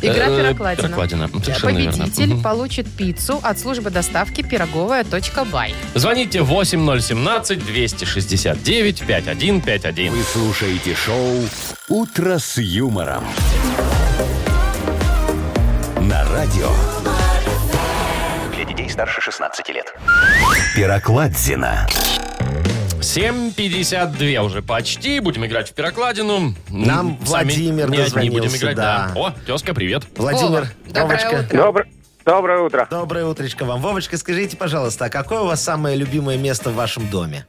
[SPEAKER 3] Игра
[SPEAKER 1] Э,
[SPEAKER 3] «Пирокладина».
[SPEAKER 1] Пирокладина. Совершенно верно.
[SPEAKER 3] Победитель
[SPEAKER 1] Мгм.
[SPEAKER 3] получит пиццу от службы доставки пироговая.бай.
[SPEAKER 1] Звоните 8017-269-5151.
[SPEAKER 4] Вы слушаете шоу «Утро с юмором». На радио
[SPEAKER 6] Для детей старше 16 лет.
[SPEAKER 4] Пирокладзина.
[SPEAKER 1] 7.52 уже почти. Будем играть в пирокладину.
[SPEAKER 2] Нам
[SPEAKER 1] М, сами
[SPEAKER 2] Владимир
[SPEAKER 1] не- не будем
[SPEAKER 2] дозвонился,
[SPEAKER 1] играть, да.
[SPEAKER 2] да.
[SPEAKER 1] О, тезка, привет.
[SPEAKER 2] Владимир,
[SPEAKER 3] Вова, доброе
[SPEAKER 2] Вовочка,
[SPEAKER 3] утро.
[SPEAKER 7] Добр- Доброе утро.
[SPEAKER 2] доброе утречко вам. Вовочка, скажите, пожалуйста, а какое у вас самое любимое место в вашем доме?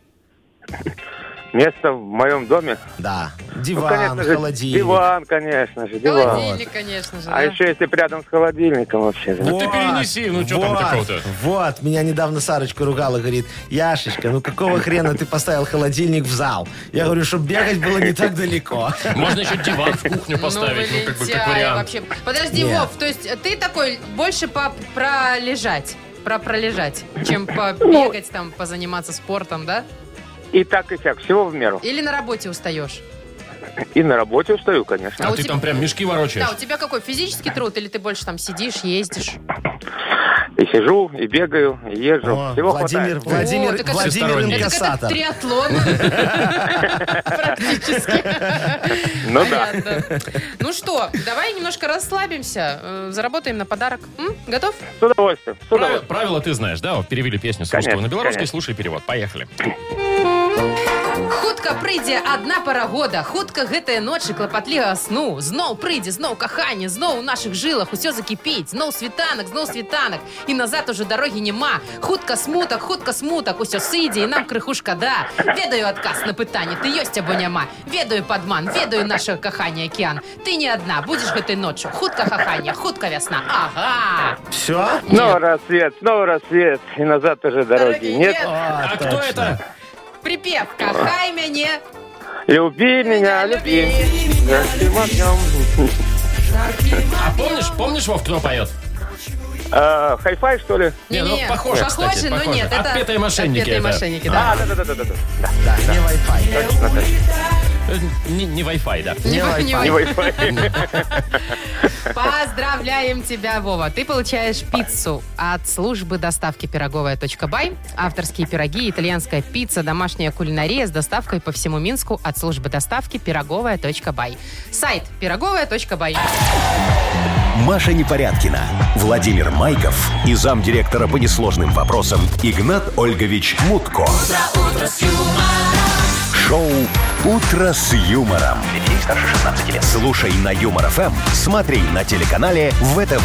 [SPEAKER 7] Место в моем доме.
[SPEAKER 2] Да,
[SPEAKER 7] Ну,
[SPEAKER 2] диван,
[SPEAKER 7] конечно же,
[SPEAKER 2] холодильник.
[SPEAKER 7] Диван, конечно же, диван.
[SPEAKER 3] Холодильник, конечно же.
[SPEAKER 7] А
[SPEAKER 3] да.
[SPEAKER 7] еще если б рядом с холодильником вообще. да.
[SPEAKER 1] ты перенеси, ну, чё там
[SPEAKER 2] вот,
[SPEAKER 1] такого-то?
[SPEAKER 2] Вот, меня недавно Сарочка ругала, говорит, Яшечка, ну какого хрена ты поставил холодильник в зал? Я говорю, чтобы бегать было не так далеко.
[SPEAKER 1] Можно еще диван в кухню поставить, ну,
[SPEAKER 3] вы
[SPEAKER 1] как бы, как
[SPEAKER 3] лентяи
[SPEAKER 1] вариант.
[SPEAKER 3] Вообще. Подожди,
[SPEAKER 2] Нет.
[SPEAKER 3] Вов, то есть ты такой больше по пролежать, про пролежать, чем
[SPEAKER 7] Ну.
[SPEAKER 3] побегать там, позаниматься спортом, да?
[SPEAKER 7] И так и сяк, всего в меру.
[SPEAKER 3] Или на работе устаешь?
[SPEAKER 7] И на работе устаю, конечно.
[SPEAKER 1] А
[SPEAKER 3] у
[SPEAKER 1] ты
[SPEAKER 3] тебя-
[SPEAKER 1] там прям мешки ворочаешь.
[SPEAKER 3] Да, у тебя какой физический труд, или ты больше там сидишь, ездишь?
[SPEAKER 7] И сижу, и бегаю, и езжу.
[SPEAKER 2] О,
[SPEAKER 7] всего
[SPEAKER 2] Владимир,
[SPEAKER 7] хватает.
[SPEAKER 3] О,
[SPEAKER 2] Владимир,
[SPEAKER 3] так это-
[SPEAKER 2] Владимир
[SPEAKER 1] Всесторонний.
[SPEAKER 3] Это как
[SPEAKER 2] инкассатор.
[SPEAKER 3] триатлон практически.
[SPEAKER 7] Ну да.
[SPEAKER 3] Понятно. Ну что, давай немножко расслабимся, э, заработаем на подарок. М, Готов?
[SPEAKER 7] С удовольствием, с
[SPEAKER 1] Правила,
[SPEAKER 7] удовольствием.
[SPEAKER 1] правила ты знаешь, да? Вот Перевели песню с
[SPEAKER 7] Конечно,
[SPEAKER 1] русского на белорусский,
[SPEAKER 7] конечно.
[SPEAKER 1] слушай перевод. Поехали.
[SPEAKER 3] Хутка прийде адна пара года, хутка гэтая ночы клапатліга сну. Зноў прыйдзе, зноў каханне, зноў у нашых жылах усё закіпіць, зноў світанак, зноў світанак. І назад уже дарогі няма. Хутка смутак, хутка смутак, усё сыдзе і нам крыху шкада. Ведаю адказ на пытанне, ты ёсць або няма. Ведаю падман, ведаю нашага кахання акіян. Ты не адна, будзеш гэтай ноччу. Хутка кахання, хутка вясна.
[SPEAKER 1] А
[SPEAKER 3] Ага.
[SPEAKER 2] Все?
[SPEAKER 7] Снова рассвет, снова рассвет. И назад уже дороги
[SPEAKER 3] Дороги
[SPEAKER 7] Ну, нет.
[SPEAKER 3] нет.
[SPEAKER 1] А кто это?
[SPEAKER 3] Припев. Кахай мяне,
[SPEAKER 7] Люби меня, люби. Да, всем огнем.
[SPEAKER 1] А помнишь, помнишь, Вов, кто поет?
[SPEAKER 7] А, Хай-фай, что ли?
[SPEAKER 1] Не, ну,
[SPEAKER 3] Не-не-не.
[SPEAKER 1] похоже,
[SPEAKER 3] Похоже,
[SPEAKER 1] кстати,
[SPEAKER 3] но
[SPEAKER 1] похоже.
[SPEAKER 3] нет. Это
[SPEAKER 1] Отпетые мошенники
[SPEAKER 3] Отпетые
[SPEAKER 1] это.
[SPEAKER 3] мошенники, да.
[SPEAKER 7] А, да-да-да-да. да
[SPEAKER 2] Да, не Wi-Fi.
[SPEAKER 7] Точно, точно.
[SPEAKER 1] Э, Не, не Wi-Fi, да.
[SPEAKER 3] Не
[SPEAKER 2] Wi-Fi.
[SPEAKER 3] понимаю.
[SPEAKER 7] Не Wi-Fi.
[SPEAKER 3] Поздравляем тебя, Вова. Ты получаешь пиццу от службы доставки пироговая.бай. Авторские пироги, итальянская пицца, домашняя кулинария с доставкой по всему Минску от службы доставки пироговая.бай. Сайт пироговая.бай.
[SPEAKER 4] Маша Непорядкина, Владимир Майков и замдиректора по несложным вопросам Игнат Ольгович Мутко. Шоу «Утро с юмором».
[SPEAKER 6] Для детей старше 16 лет.
[SPEAKER 4] Слушай на Юмор ФМ, смотри на телеканале ВТВ.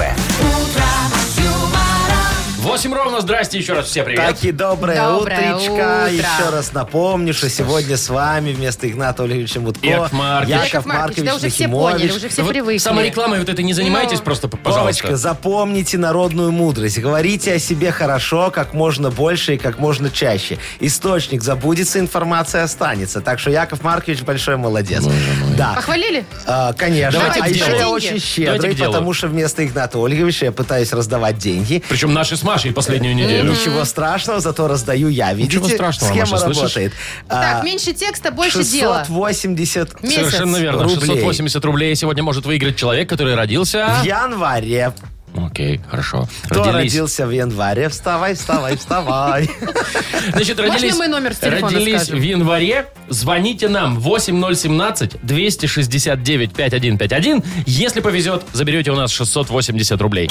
[SPEAKER 1] Восемь ровно, здрасте еще раз, все привет.
[SPEAKER 2] Так и доброе,
[SPEAKER 3] Доброе
[SPEAKER 2] утречко.
[SPEAKER 3] утро.
[SPEAKER 2] Еще раз напомню, что сегодня с вами вместо Игната Олеговича Мутко
[SPEAKER 1] Яков Маркович.
[SPEAKER 2] Яков Маркович
[SPEAKER 3] да уже все поняли,
[SPEAKER 2] Нахимович.
[SPEAKER 3] уже все
[SPEAKER 1] Да вот
[SPEAKER 3] привыкли. Ну,
[SPEAKER 1] Саморекламой вот этой не занимайтесь, просто, п- пожалуйста.
[SPEAKER 2] Вовочка, запомните народную мудрость. Говорите о себе хорошо, как можно больше и как можно чаще. Источник забудется, информация останется. Так что Яков Маркович большой молодец. Да.
[SPEAKER 3] Ну, Похвалили?
[SPEAKER 2] А, конечно.
[SPEAKER 1] Давайте
[SPEAKER 2] а
[SPEAKER 1] к
[SPEAKER 2] еще
[SPEAKER 1] делу.
[SPEAKER 2] я
[SPEAKER 3] Деньги.
[SPEAKER 2] очень
[SPEAKER 1] Давайте
[SPEAKER 2] щедрый,
[SPEAKER 1] к делу.
[SPEAKER 2] потому что вместо Игната Ольговича я пытаюсь раздавать деньги.
[SPEAKER 1] Причем наши с Машей
[SPEAKER 2] Э,
[SPEAKER 1] последнюю неделю.
[SPEAKER 2] Ничего страшного, зато раздаю я. Видите,
[SPEAKER 1] Ничего страшного,
[SPEAKER 2] схема
[SPEAKER 1] Маша, слышишь?
[SPEAKER 2] работает. А,
[SPEAKER 3] Так, меньше текста, больше дела.
[SPEAKER 2] 680
[SPEAKER 3] Месяц.
[SPEAKER 1] Совершенно верно.
[SPEAKER 2] Рублей.
[SPEAKER 1] 680 рублей сегодня может выиграть человек, который родился...
[SPEAKER 2] в январе.
[SPEAKER 1] Окей, хорошо.
[SPEAKER 2] Кто
[SPEAKER 1] Родились.
[SPEAKER 2] родился в январе? Вставай, вставай, вставай.
[SPEAKER 1] Значит,
[SPEAKER 3] Можно
[SPEAKER 1] родились,
[SPEAKER 3] мы номер с телефона
[SPEAKER 1] родились
[SPEAKER 3] скажем?
[SPEAKER 1] в январе. Звоните нам 8017-269-5151. Если повезет, заберете у нас 680 рублей.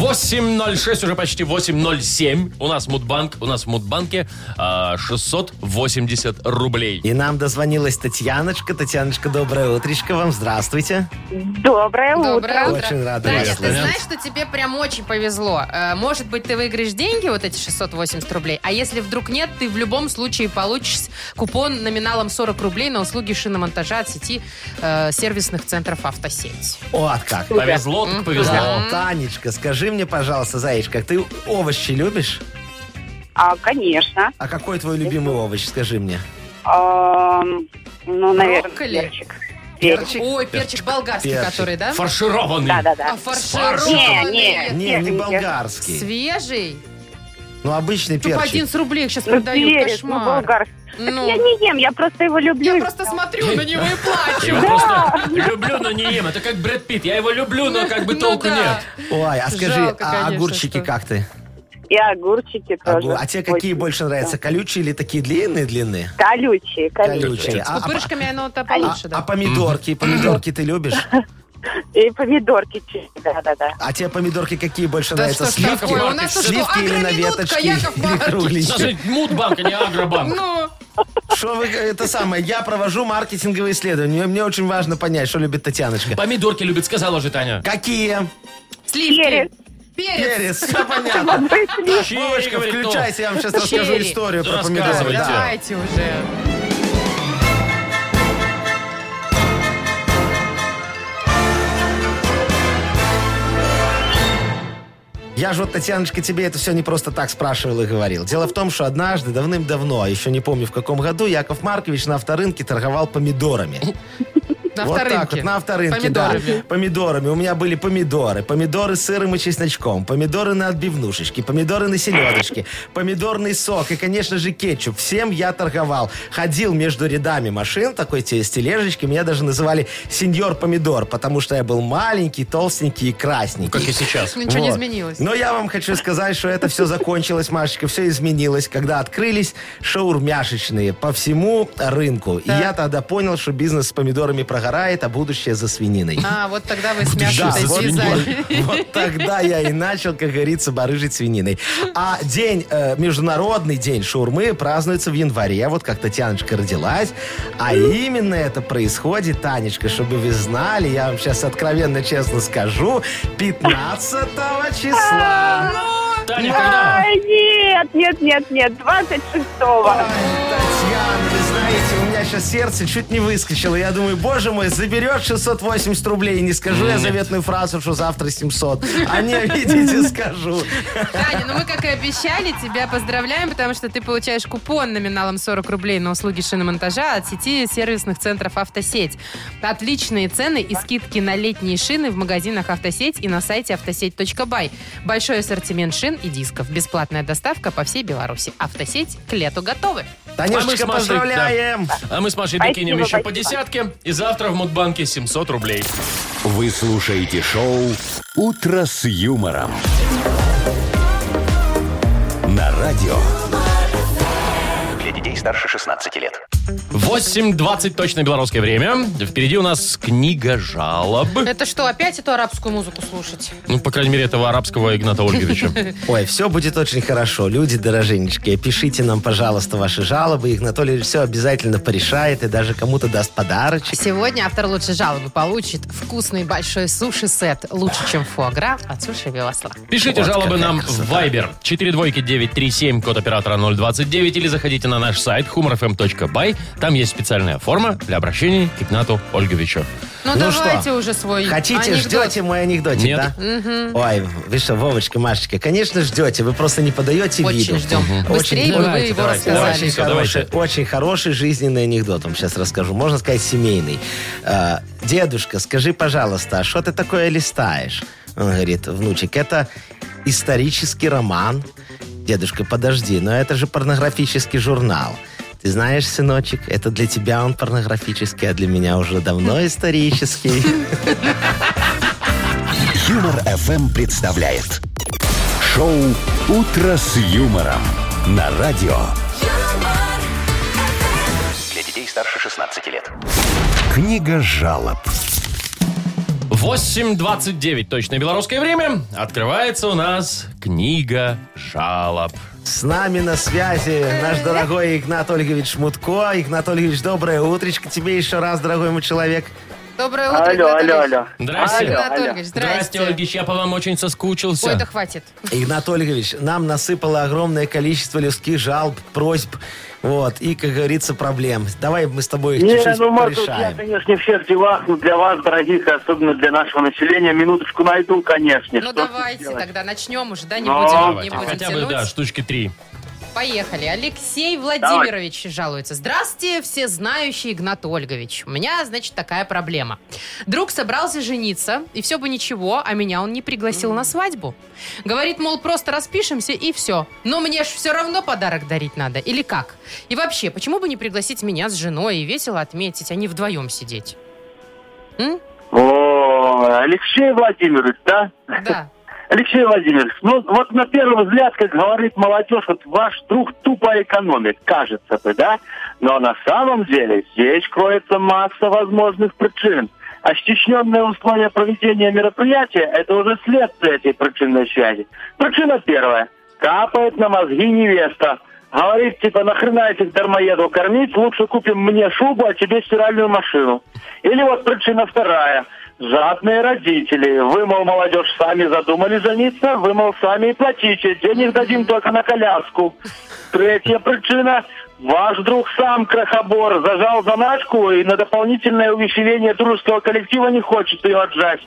[SPEAKER 1] 8.06, уже почти 8.07. У нас Мудбанк, у нас в Мудбанке а, 680 рублей.
[SPEAKER 2] И нам дозвонилась Татьяночка. Татьяночка, доброе утречко вам. Здравствуйте.
[SPEAKER 8] Доброе
[SPEAKER 3] Доброе
[SPEAKER 8] утро.
[SPEAKER 3] утро.
[SPEAKER 2] Очень рада
[SPEAKER 3] Таня,
[SPEAKER 2] вас
[SPEAKER 3] ты
[SPEAKER 1] слышать.
[SPEAKER 3] знаешь, что тебе прям очень повезло. Э, Может быть, ты выиграешь деньги, вот эти 680 рублей, а если вдруг нет, ты в любом случае получишь купон номиналом 40 рублей на услуги шиномонтажа от сети э, сервисных центров «Автосеть».
[SPEAKER 2] Вот а как.
[SPEAKER 1] Повезло, так повезло.
[SPEAKER 2] Да, Танечка, скажи мне, пожалуйста, Заячка, ты овощи любишь?
[SPEAKER 8] А, конечно.
[SPEAKER 2] А какой твой любимый овощ, скажи мне?
[SPEAKER 8] Ам, ну, наверное,
[SPEAKER 3] Брокколи?
[SPEAKER 8] перчик. Перчик.
[SPEAKER 3] Ой, перчик болгарский,
[SPEAKER 2] Перчик.
[SPEAKER 3] который, да?
[SPEAKER 1] Фаршированный.
[SPEAKER 8] Да, да,
[SPEAKER 3] А
[SPEAKER 8] да.
[SPEAKER 3] фаршированный.
[SPEAKER 8] Не, не.
[SPEAKER 2] Не, не
[SPEAKER 8] Нет,
[SPEAKER 2] болгарский.
[SPEAKER 3] Свежий?
[SPEAKER 2] Ну, обычный
[SPEAKER 3] Тут по
[SPEAKER 2] перчик.
[SPEAKER 3] 11 рублей их сейчас
[SPEAKER 8] Ну,
[SPEAKER 3] продают,
[SPEAKER 8] перец, ну,
[SPEAKER 3] кошмар.
[SPEAKER 8] болгарский.
[SPEAKER 3] Ну,
[SPEAKER 8] Я не ем, я просто его люблю.
[SPEAKER 3] я просто смотрю на него и
[SPEAKER 1] Я его
[SPEAKER 3] плачу.
[SPEAKER 1] просто люблю, но не ем. Это как Брэд Питт. Я его люблю, но как бы
[SPEAKER 3] Ну
[SPEAKER 1] толку
[SPEAKER 3] да.
[SPEAKER 1] нет.
[SPEAKER 2] Ой, а скажи,
[SPEAKER 3] Жалко,
[SPEAKER 2] а
[SPEAKER 3] конечно,
[SPEAKER 2] огурчики
[SPEAKER 3] что.
[SPEAKER 2] как ты?
[SPEAKER 8] И огурчики тоже.
[SPEAKER 2] Огур- А тебе какие
[SPEAKER 8] Очень
[SPEAKER 2] больше
[SPEAKER 8] вкусно.
[SPEAKER 2] нравятся? Колючие или такие длинные-длинные?
[SPEAKER 8] Колючие, колючие.
[SPEAKER 2] Колючие.
[SPEAKER 3] С
[SPEAKER 2] А, а-
[SPEAKER 3] пупырышками оно-то
[SPEAKER 2] а-
[SPEAKER 3] получше,
[SPEAKER 2] а
[SPEAKER 3] да.
[SPEAKER 2] помидорки? Помидорки ты любишь?
[SPEAKER 8] И помидорки, чистые, да-да-да.
[SPEAKER 2] А тебе помидорки какие больше
[SPEAKER 3] Да
[SPEAKER 2] нравятся?
[SPEAKER 3] что ж такое? У нас тут
[SPEAKER 2] Сливки или на
[SPEAKER 3] агроминутка,
[SPEAKER 2] веточке?
[SPEAKER 3] Яков
[SPEAKER 2] Или
[SPEAKER 3] Маркович.
[SPEAKER 2] кругленькие?
[SPEAKER 1] Даже Мудбанк, а не Агробанк.
[SPEAKER 3] Ну,
[SPEAKER 2] Что вы, это самое, я провожу маркетинговые исследования. Мне очень важно понять, что любит Татьяночка.
[SPEAKER 1] Помидорки любит, сказала же Таня.
[SPEAKER 2] Какие?
[SPEAKER 3] сливки.
[SPEAKER 8] Перец.
[SPEAKER 3] Перец.
[SPEAKER 2] Перец, все понятно.
[SPEAKER 1] Чили,
[SPEAKER 2] Вовочка,
[SPEAKER 1] говорит, ну.
[SPEAKER 2] включайся, я вам сейчас расскажу
[SPEAKER 3] Чили.
[SPEAKER 2] историю про
[SPEAKER 1] Рассказывайте.
[SPEAKER 2] помидоры. да.
[SPEAKER 3] Давайте уже.
[SPEAKER 2] Я же вот, Татьяночка, тебе это все не просто так спрашивал и говорил. Дело в том, что однажды, давным-давно, еще не помню в каком году, Яков Маркович на авторынке торговал помидорами.
[SPEAKER 3] На
[SPEAKER 2] вот
[SPEAKER 3] авторынке.
[SPEAKER 2] так вот, на авторынке,
[SPEAKER 3] Помидорами.
[SPEAKER 2] да. Помидорами. У меня были помидоры. Помидоры с сыром и чесночком. Помидоры на отбивнушечке. Помидоры на селедочке. Помидорный сок. И, конечно же, кетчуп. Всем я торговал. Ходил между рядами машин, такой те- с тележечки. Меня даже называли сеньор помидор, потому что я был маленький, толстенький и красненький.
[SPEAKER 1] Как
[SPEAKER 3] Ну,
[SPEAKER 1] и сейчас.
[SPEAKER 3] Ничего не
[SPEAKER 2] Вот.
[SPEAKER 3] изменилось.
[SPEAKER 2] Но я вам хочу сказать, что это все закончилось, Машечка, все изменилось, когда открылись шаурмяшечные по всему рынку. И я тогда понял, что бизнес с помидорами прогорает, а будущее за свининой.
[SPEAKER 3] А, вот тогда вы с
[SPEAKER 2] Да,
[SPEAKER 3] мясом-то и
[SPEAKER 2] вот,
[SPEAKER 3] связали.
[SPEAKER 2] вот- вот тогда я и начал, как говорится, барыжить свининой. А день, э, международный день шаурмы празднуется в январе, вот как Татьяночка родилась. А именно это происходит, Танечка, чтобы вы знали, я вам сейчас откровенно, честно скажу, 15 числа.
[SPEAKER 1] Таня, когда? А
[SPEAKER 8] Ай, Э, нет, нет, нет, нет, 26-го.
[SPEAKER 2] Ай, Татьяна, вы знаете, у меня сейчас сердце чуть не выскочило. Я думаю, боже мой, заберет 680 рублей. Не скажу я заветную фразу, что завтра 700. А не, видите, скажу.
[SPEAKER 3] Таня, ну мы, как и обещали, тебя поздравляем, потому что ты получаешь купон номиналом 40 рублей на услуги шиномонтажа от сети сервисных центров «Автосеть». Отличные цены и скидки на летние шины в магазинах «Автосеть» и на сайте автосеть.бай. Большой ассортимент шин и дисков. Бесплатная доставка по всей Беларуси. «Автосеть» к лету готовы.
[SPEAKER 1] А мы с
[SPEAKER 2] Танюшечка,
[SPEAKER 1] Машей,
[SPEAKER 2] поздравляем.
[SPEAKER 1] А мы с Машей
[SPEAKER 8] Спасибо,
[SPEAKER 1] докинем еще по
[SPEAKER 8] спасибо.
[SPEAKER 1] десятке. И завтра в Мудбанке 700 рублей.
[SPEAKER 4] Вы слушаете шоу «Утро с юмором». На радио
[SPEAKER 6] Для детей старше 16 лет.
[SPEAKER 1] 8.20 точно белорусское время. Впереди у нас книга жалоб.
[SPEAKER 3] Это что, опять эту арабскую музыку слушать?
[SPEAKER 1] Ну, по крайней мере, этого арабского Игната Ольговича.
[SPEAKER 2] Ой, все будет очень хорошо. Люди дороженечки, пишите нам, пожалуйста, ваши жалобы. Их Анатолий все обязательно порешает и даже кому-то даст подарочек.
[SPEAKER 3] Сегодня автор лучшей жалобы получит вкусный большой суши-сет лучше, чем фуагра от суши весла.
[SPEAKER 1] Пишите
[SPEAKER 2] Вот
[SPEAKER 1] жалобы
[SPEAKER 2] какая
[SPEAKER 1] нам в
[SPEAKER 2] красота.
[SPEAKER 1] Viber 42937, код оператора 029, или заходите на наш сайт humorfm.by. Там есть специальная форма для обращения к Игнату Ольговичу.
[SPEAKER 3] Ну,
[SPEAKER 2] Ну
[SPEAKER 3] давайте
[SPEAKER 2] что,
[SPEAKER 3] уже свой
[SPEAKER 2] Хотите,
[SPEAKER 3] анекдот.
[SPEAKER 2] ждете мой анекдотик,
[SPEAKER 1] Нет.
[SPEAKER 2] да? Ой, вы что, Вовочка, Машечка, конечно, ждете. Вы просто не подаете
[SPEAKER 3] Очень
[SPEAKER 2] виду.
[SPEAKER 3] ждем.
[SPEAKER 2] Мгм.
[SPEAKER 3] Быстрее бы вы
[SPEAKER 2] давайте,
[SPEAKER 3] его
[SPEAKER 2] давайте.
[SPEAKER 3] рассказали.
[SPEAKER 2] Очень
[SPEAKER 1] Всё,
[SPEAKER 2] хороший,
[SPEAKER 1] давайте.
[SPEAKER 2] очень хороший жизненный анекдот вам сейчас расскажу. Можно сказать, семейный. А, Дедушка, скажи, пожалуйста, а что ты такое листаешь? Он говорит, внучек, это исторический роман. Дедушка, подожди, но это же порнографический журнал. Ты знаешь, сыночек, это для тебя он порнографический, а для меня уже давно исторический.
[SPEAKER 4] Юмор FM представляет шоу Утро с юмором на радио.
[SPEAKER 9] юмор,
[SPEAKER 6] Для детей старше 16 лет.
[SPEAKER 4] Книга жалоб.
[SPEAKER 1] 8.29 точное белорусское время. Открывается у нас книга жалоб.
[SPEAKER 2] С нами на связи наш дорогой Игнат Ольгович Мутко. Игнат Ольгович, доброе утречко тебе еще раз, дорогой мой человек.
[SPEAKER 3] Доброе утро,
[SPEAKER 5] Алло,
[SPEAKER 3] Игнат
[SPEAKER 5] алло,
[SPEAKER 3] Ольгович.
[SPEAKER 5] алло.
[SPEAKER 1] Здрасте.
[SPEAKER 3] Игнат
[SPEAKER 5] алло.
[SPEAKER 3] Ольгович,
[SPEAKER 1] Здрасте,
[SPEAKER 3] здрасте.
[SPEAKER 1] Ольгич, я по вам очень соскучился.
[SPEAKER 3] Ой, да хватит.
[SPEAKER 2] Игнат Ольгович, нам насыпало огромное количество людских жалоб, просьб, вот, и, как говорится, проблем. Давай мы с тобой их
[SPEAKER 5] Не,
[SPEAKER 2] чуть-чуть
[SPEAKER 5] ну, может, быть, я,
[SPEAKER 2] порешаем.
[SPEAKER 5] конечно, в всех делах, но для вас, дорогих, и особенно для нашего населения, минуточку найду, конечно.
[SPEAKER 3] Ну,
[SPEAKER 5] Что ж
[SPEAKER 3] давайте
[SPEAKER 5] делать?
[SPEAKER 3] тогда начнем уже, да? Не
[SPEAKER 5] Ну,
[SPEAKER 3] будем, не
[SPEAKER 1] Давайте,
[SPEAKER 3] будем
[SPEAKER 1] хотя бы,
[SPEAKER 3] тянуть.
[SPEAKER 1] да, штучки три.
[SPEAKER 3] Поехали. Алексей Владимирович жалуется. Здравствуйте, все знающие Игнат Ольгович. У меня, значит, такая проблема. Друг собрался жениться, и все бы ничего, а меня он не пригласил на свадьбу. Говорит, мол, просто распишемся и все. Но мне ж все равно подарок дарить надо, или как? И вообще, почему бы не пригласить меня с женой и весело отметить, а не вдвоем сидеть? М?
[SPEAKER 5] О, Алексей Владимирович, да?
[SPEAKER 3] Да.
[SPEAKER 5] Алексей Владимирович, ну вот на первый взгляд, как говорит молодежь, вот ваш друг тупо экономит, кажется бы, да? Но на самом деле здесь кроется масса возможных причин. Ощетненные условия проведения мероприятия – это уже следствие этой причинной связи. Причина первая. Капает на мозги невеста. Говорит, типа, нахрена этих дармоедов кормить, лучше купим мне шубу, а тебе стиральную машину. Или вот причина вторая. Жадные родители. Вы, мол, молодежь, сами задумали жениться, вы, мол, сами и платите. Денег дадим только на коляску. Третья причина. Ваш друг сам, крохобор, зажал заначку и на дополнительное увеселение дружеского коллектива не хочет ее отжать.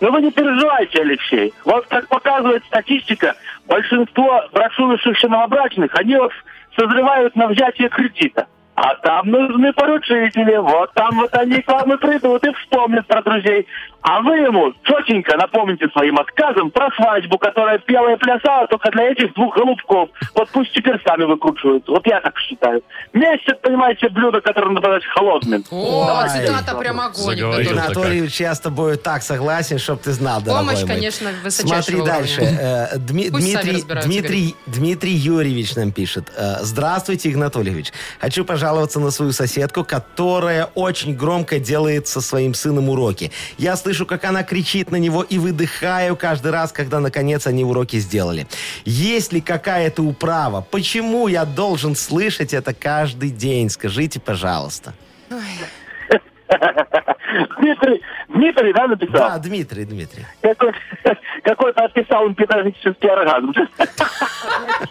[SPEAKER 5] Но Ну, вы не переживайте, Алексей. Вот, как показывает статистика, большинство брошюрившихся новобрачных, они вот созревают на взятие кредита. А там нужны поручители. Вот там вот они к вам и придут и вспомнят про друзей. А вы ему четенько напомните своим отказом про свадьбу, которая пела и плясала только для этих двух голубков. Вот пусть теперь сами выкручивают. Вот я так считаю. Месяц, понимаете, блюдо, которое надо подать холодным.
[SPEAKER 3] О,
[SPEAKER 2] Ой.
[SPEAKER 3] цитата прям огонь.
[SPEAKER 1] Заговорил.
[SPEAKER 3] Игнат Ольгович.
[SPEAKER 2] Игнат Ольгович, я с тобой так согласен, чтоб ты знал, дорогой
[SPEAKER 3] Помощь,
[SPEAKER 2] мой.
[SPEAKER 3] конечно, высочайшего
[SPEAKER 2] Смотри
[SPEAKER 3] уровня.
[SPEAKER 2] дальше. Э, Дми-
[SPEAKER 3] Пусть сами
[SPEAKER 2] Дмитрий,
[SPEAKER 3] разбираются,
[SPEAKER 2] Дмитрий, Дмитрий Юрьевич нам пишет. Э, Здравствуйте, Игнат Ольгович. Хочу пожаловаться на свою соседку, которая очень громко делает со своим сыном уроки. Я слышу, как она кричит на него и выдыхаю каждый раз, когда, наконец, они уроки сделали. Есть ли какая-то управа? Почему я должен слышать это каждый день? Скажите, пожалуйста.
[SPEAKER 5] Дмитрий, Дмитрий, да, написал?
[SPEAKER 2] Да, Дмитрий, Дмитрий.
[SPEAKER 5] Какой- Какой-то отписал им педагогический оргазм.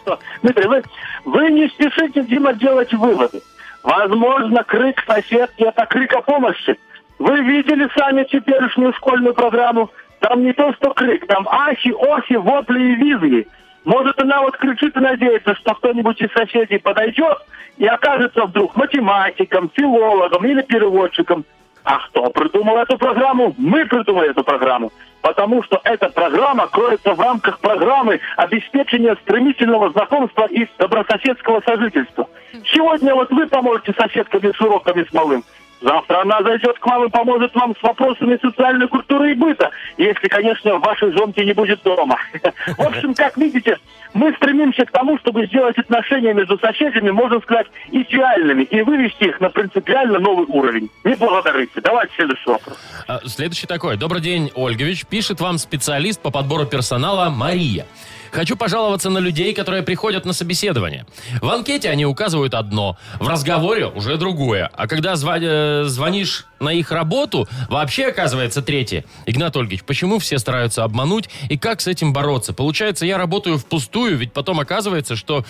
[SPEAKER 5] Что, Дмитрий, вы, вы не спешите, Дима, делать выводы. Возможно, крик соседки – это крик о помощи. Вы видели сами теперешнюю школьную программу? Там не то, что крик, там ахи, охи, вопли и визги. Может, она вот кричит и надеется, что кто-нибудь из соседей подойдет и окажется вдруг математиком, филологом или переводчиком. А кто придумал эту программу? Мы придумали эту программу. Потому что эта программа кроется в рамках программы обеспечения стремительного знакомства и добрососедского сожительства. Сегодня вот вы поможете соседками с уроками с малым. Завтра она зайдет к вам и поможет вам с вопросами социальной культуры и быта, если, конечно, вашей жонки не будет дома. В общем, как видите, мы стремимся к тому, чтобы сделать отношения между соседями, можно сказать, идеальными и вывести их на принципиально новый уровень. Не благодарите. Давайте следующий вопрос.
[SPEAKER 1] А, Следующий такой. Добрый день, Ольгович. Пишет вам специалист по подбору персонала Мария. Хочу пожаловаться на людей, которые приходят на собеседование. В анкете они указывают одно, в разговоре уже другое. А когда зва- э, звонишь на их работу, вообще оказывается третье. Игнат Ольгич, почему все стараются обмануть и как с этим бороться? Получается, я работаю впустую, ведь потом оказывается, что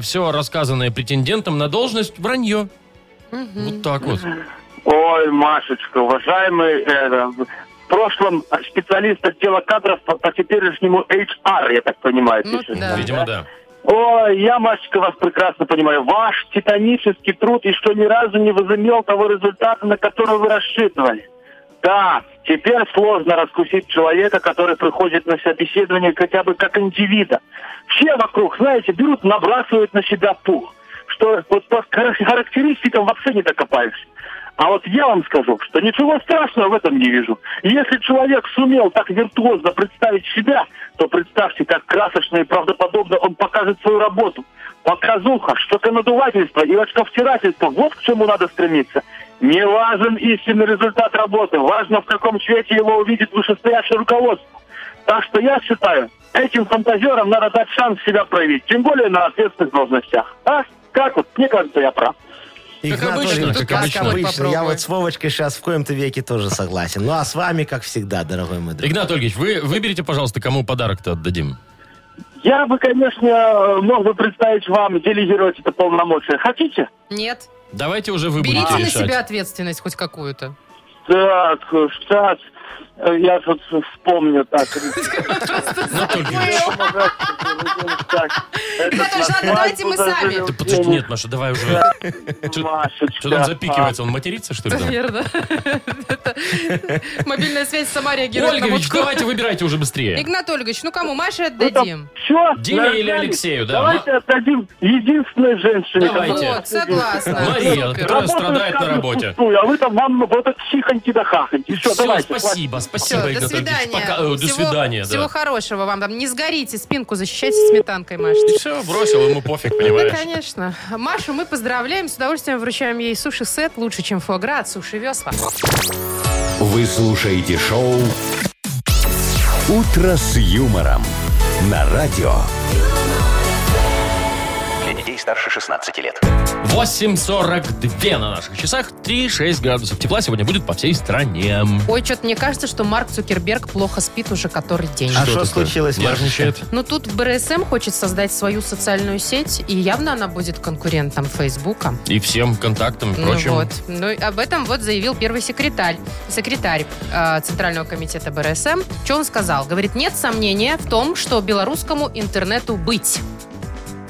[SPEAKER 1] все рассказанное претендентом на должность вранье. Вот так вот.
[SPEAKER 5] Ой, Машечка, уважаемый, э, в прошлом специалист отдела кадров по, по теперешнему HR, я так понимаю.
[SPEAKER 3] Ну
[SPEAKER 5] пишет.
[SPEAKER 3] да.
[SPEAKER 1] Видимо, да.
[SPEAKER 5] Ой, я, Машечка, вас прекрасно понимаю. Ваш титанический труд еще ни разу не возымел того результата, на который вы рассчитывали. Да, теперь сложно раскусить человека, который приходит на собеседование хотя бы как индивида. Все вокруг, знаете, берут, набрасывают на себя пух. Что вот по хар- характеристикам вообще не докопаешься. А вот я вам скажу, что ничего страшного в этом не вижу. Если человек сумел так виртуозно представить себя, то представьте, как красочно и правдоподобно он покажет свою работу. Показуха, надувательство и очковтирательство – вот к чему надо стремиться. Не важен истинный результат работы, важно, в каком цвете его увидит вышестоящее руководство. Так что я считаю, этим фантазерам надо дать шанс себя проявить, тем более на ответственных должностях. А? Как вот? Мне кажется, я прав.
[SPEAKER 2] Игнат
[SPEAKER 1] обычно,
[SPEAKER 2] Ольгович,
[SPEAKER 1] как
[SPEAKER 3] обычно.
[SPEAKER 2] Я
[SPEAKER 3] Попробуй.
[SPEAKER 2] вот с Вовочкой сейчас в коем-то веке тоже согласен. Ну а с вами, как всегда, дорогой мой друг.
[SPEAKER 1] Игнат Ольгич, вы выберите, пожалуйста, кому подарок-то отдадим.
[SPEAKER 5] Я бы, конечно, э, мог бы представить вам делегировать это полномочия. Хотите?
[SPEAKER 3] Нет.
[SPEAKER 1] Давайте уже вы
[SPEAKER 3] Берите
[SPEAKER 1] будете
[SPEAKER 3] на
[SPEAKER 1] решать.
[SPEAKER 3] себя ответственность хоть какую-то.
[SPEAKER 5] Так, сейчас. э, Я тут вспомню так.
[SPEAKER 1] Игнат Ольгович.
[SPEAKER 5] Так, этот
[SPEAKER 3] Игнат Александрович,
[SPEAKER 5] назвать
[SPEAKER 3] ну давайте мы
[SPEAKER 5] туда
[SPEAKER 3] сами.
[SPEAKER 5] же
[SPEAKER 1] Да подожди, нет, Маша, давай уже.
[SPEAKER 5] людей.
[SPEAKER 1] Что там
[SPEAKER 5] Машечка.
[SPEAKER 1] запикивается? Он матерится, что ли? там?
[SPEAKER 3] Наверное. Это- Мобильная связь сама реагирует на
[SPEAKER 1] Ольгович,
[SPEAKER 3] мутку.
[SPEAKER 1] давайте выбирайте уже быстрее.
[SPEAKER 3] Игнат Ольгович, ну кому? Маше
[SPEAKER 5] Ну, там
[SPEAKER 3] отдадим.
[SPEAKER 5] всё,
[SPEAKER 1] Диме
[SPEAKER 5] нажали.
[SPEAKER 1] или Алексею, да.
[SPEAKER 5] Давайте отдадим единственной женщине.
[SPEAKER 1] Давайте.
[SPEAKER 5] которая-
[SPEAKER 3] Вот, согласна.
[SPEAKER 1] Мария, ну,
[SPEAKER 3] Супер.
[SPEAKER 1] которая страдает на
[SPEAKER 5] каждый
[SPEAKER 1] работе.
[SPEAKER 5] впустую, А вы там вам вот это хихоньки да хахоньки. Всё,
[SPEAKER 1] Все,
[SPEAKER 5] давайте.
[SPEAKER 1] спасибо,
[SPEAKER 3] Все,
[SPEAKER 1] спасибо,
[SPEAKER 3] до
[SPEAKER 1] Игнат Ольгович.
[SPEAKER 3] свидания.
[SPEAKER 1] Пока, э, До
[SPEAKER 3] Всего-
[SPEAKER 1] свидания,
[SPEAKER 3] Всего
[SPEAKER 1] да.
[SPEAKER 3] хорошего вам. Там не сгорите, спинку защищайте сметанкой, Машечка.
[SPEAKER 1] Все, бросил, ему пофиг,
[SPEAKER 3] Да,
[SPEAKER 1] понимаешь?
[SPEAKER 3] конечно. Машу мы поздравляем, с удовольствием вручаем ей суши-сет лучше, чем фуагра от суши весла.
[SPEAKER 4] Вы слушаете шоу «Утро с юмором» на радио.
[SPEAKER 6] Для детей старше 16 лет.
[SPEAKER 1] 8.42 на наших часах, 3-6 градусов тепла сегодня будет по всей стране.
[SPEAKER 3] Ой, что-то мне кажется, что Марк Цукерберг плохо спит уже который день.
[SPEAKER 2] А что случилось, Машечка?
[SPEAKER 1] Нервничает.
[SPEAKER 3] Но тут БРСМ хочет создать свою социальную сеть, и явно она будет конкурентом Фейсбука.
[SPEAKER 1] И всем контактам и
[SPEAKER 3] Ну
[SPEAKER 1] прочим.
[SPEAKER 3] вот. Ну, и об этом вот заявил первый секретарь, секретарь э, Центрального комитета БРСМ. Что он сказал? Говорит, нет сомнения в том, что белорусскому интернету быть.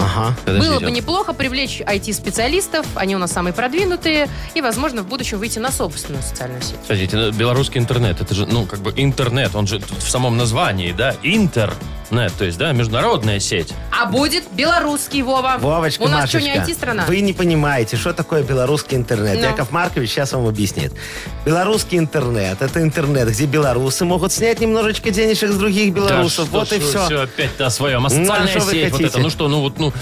[SPEAKER 2] Ага.
[SPEAKER 1] Подождите,
[SPEAKER 3] Было
[SPEAKER 1] а-
[SPEAKER 3] бы неплохо привлечь IT-специалистов, они у нас самые продвинутые, и, возможно, в будущем выйти на собственную социальную сеть.
[SPEAKER 1] Подождите, ну, белорусский интернет, это же, ну, как бы интернет, он же тут в самом названии, да, интернет, то есть, да, международная сеть.
[SPEAKER 3] А будет белорусский, Вова.
[SPEAKER 2] Вовочка,
[SPEAKER 3] У нас
[SPEAKER 2] Машечка,
[SPEAKER 3] что, не IT-страна?
[SPEAKER 2] Вы не понимаете, что такое белорусский интернет.
[SPEAKER 3] Ну.
[SPEAKER 2] Яков Маркович сейчас вам объяснит. Белорусский интернет – это интернет, где белорусы могут снять немножечко денежек с других белорусов. вот и все.
[SPEAKER 1] Все опять-то о своем. А
[SPEAKER 2] Ну, а
[SPEAKER 1] социальная
[SPEAKER 2] что вы
[SPEAKER 1] сеть, вот
[SPEAKER 2] хотите?
[SPEAKER 1] это, ну что, ну вот, ну,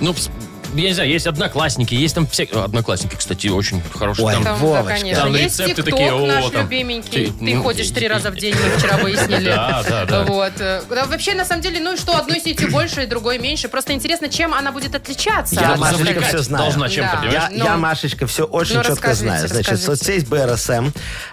[SPEAKER 1] ну, вс- я не знаю, есть одноклассники, есть там все... Одноклассники, кстати, очень хорошие.
[SPEAKER 2] Ой,
[SPEAKER 1] там-
[SPEAKER 3] Там, да,
[SPEAKER 2] Вовочка.
[SPEAKER 3] конечно.
[SPEAKER 1] Там
[SPEAKER 3] Есть
[SPEAKER 1] рецепты
[SPEAKER 3] ТикТок
[SPEAKER 1] такие, о,
[SPEAKER 3] наш
[SPEAKER 1] там,
[SPEAKER 3] любименький.
[SPEAKER 1] ти-
[SPEAKER 3] Ты
[SPEAKER 1] ну,
[SPEAKER 3] ходишь
[SPEAKER 1] и-
[SPEAKER 3] три
[SPEAKER 1] и-
[SPEAKER 3] раза в день, мы вчера выяснили.
[SPEAKER 1] Да, да, да.
[SPEAKER 3] Вот. Э, да, Вообще, на самом деле, ну что, одной сети больше, другой меньше. Просто интересно, чем она будет отличаться.
[SPEAKER 2] Я,
[SPEAKER 3] от
[SPEAKER 2] Машечка,
[SPEAKER 3] другой.
[SPEAKER 1] Завлекать
[SPEAKER 2] всё знаю.
[SPEAKER 1] Должна
[SPEAKER 3] Да.
[SPEAKER 1] чем-то,
[SPEAKER 2] Я,
[SPEAKER 1] понимаешь?
[SPEAKER 3] Ну.
[SPEAKER 2] я, Машечка, все очень
[SPEAKER 3] Ну,
[SPEAKER 2] четко
[SPEAKER 3] расскажите,
[SPEAKER 2] знаю. Значит,
[SPEAKER 3] расскажите.
[SPEAKER 2] соцсеть БРСМ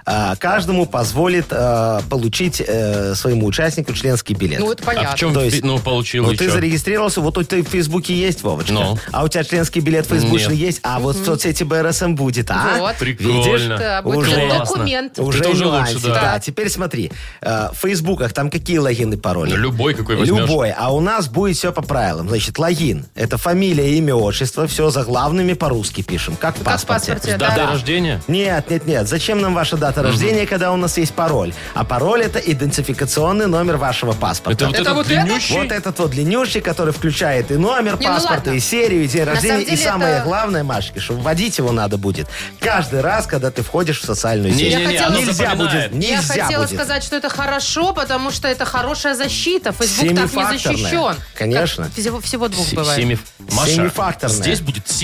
[SPEAKER 2] а, каждому позволит а, получить э, своему участнику членский билет.
[SPEAKER 3] Ну, это
[SPEAKER 1] А в
[SPEAKER 3] понятно.
[SPEAKER 1] чем,
[SPEAKER 2] То есть-
[SPEAKER 1] ну, получил
[SPEAKER 2] Ну,
[SPEAKER 1] еще?
[SPEAKER 2] ты зарегистрировался, вот у тебя в Фейсбуке есть, Вовочка.
[SPEAKER 1] Ну.
[SPEAKER 2] А у тебя членский билет фейсбучный есть, а вот в соцсети БРСМ будет, а?
[SPEAKER 3] Вот.
[SPEAKER 1] Прикольно.
[SPEAKER 3] Да, будет
[SPEAKER 2] Уже
[SPEAKER 3] как
[SPEAKER 1] классно.
[SPEAKER 3] документ.
[SPEAKER 1] Уж-
[SPEAKER 2] Уже
[SPEAKER 1] Это уже
[SPEAKER 2] нюансик,
[SPEAKER 1] лучше, да.
[SPEAKER 2] да. Теперь смотри, э, в Фейсбуках там какие логины, пароли?
[SPEAKER 1] Ну, любой какой возьмешь.
[SPEAKER 2] Любой. А у нас будет все по правилам. Значит, логин. Это фамилия, имя, отчество. Все заглавными по-русски пишем. Как в
[SPEAKER 3] Как в
[SPEAKER 2] паспорте.
[SPEAKER 3] паспорте,
[SPEAKER 1] Дата
[SPEAKER 3] да.
[SPEAKER 1] рождения?
[SPEAKER 2] Нет, нет, нет. Зачем нам ваша дата рождения, когда у нас есть пароль? А пароль это идентификационный номер вашего паспорта.
[SPEAKER 1] Это вот
[SPEAKER 3] Это
[SPEAKER 1] этот
[SPEAKER 3] вот
[SPEAKER 1] длиннющий?
[SPEAKER 2] Вот этот вот длиннющий, который включает и номер
[SPEAKER 3] Не, ну
[SPEAKER 2] паспорта,
[SPEAKER 3] ладно.
[SPEAKER 2] и серию, и день день рождения.
[SPEAKER 3] самом
[SPEAKER 2] И
[SPEAKER 3] деле
[SPEAKER 2] самое
[SPEAKER 3] это-
[SPEAKER 2] главное, Машечка, что вводить его надо будет каждый раз, когда ты входишь в социальную
[SPEAKER 1] Не,
[SPEAKER 2] сеть.
[SPEAKER 1] не, не,
[SPEAKER 3] Я
[SPEAKER 1] оно
[SPEAKER 3] хотела-
[SPEAKER 2] Нельзя
[SPEAKER 1] запоминает.
[SPEAKER 2] будет.
[SPEAKER 3] Я
[SPEAKER 2] Нельзя
[SPEAKER 3] хотела
[SPEAKER 2] будет.
[SPEAKER 3] сказать, что это хорошо, потому что это хорошая защита. Фейсбук так не
[SPEAKER 2] Семифакторная.
[SPEAKER 3] защищен.
[SPEAKER 2] Конечно.
[SPEAKER 3] Как всего, всего двух
[SPEAKER 1] Се-
[SPEAKER 3] бывает.
[SPEAKER 1] семи- Маша,
[SPEAKER 2] Семифакторная.
[SPEAKER 1] здесь будет
[SPEAKER 2] У нас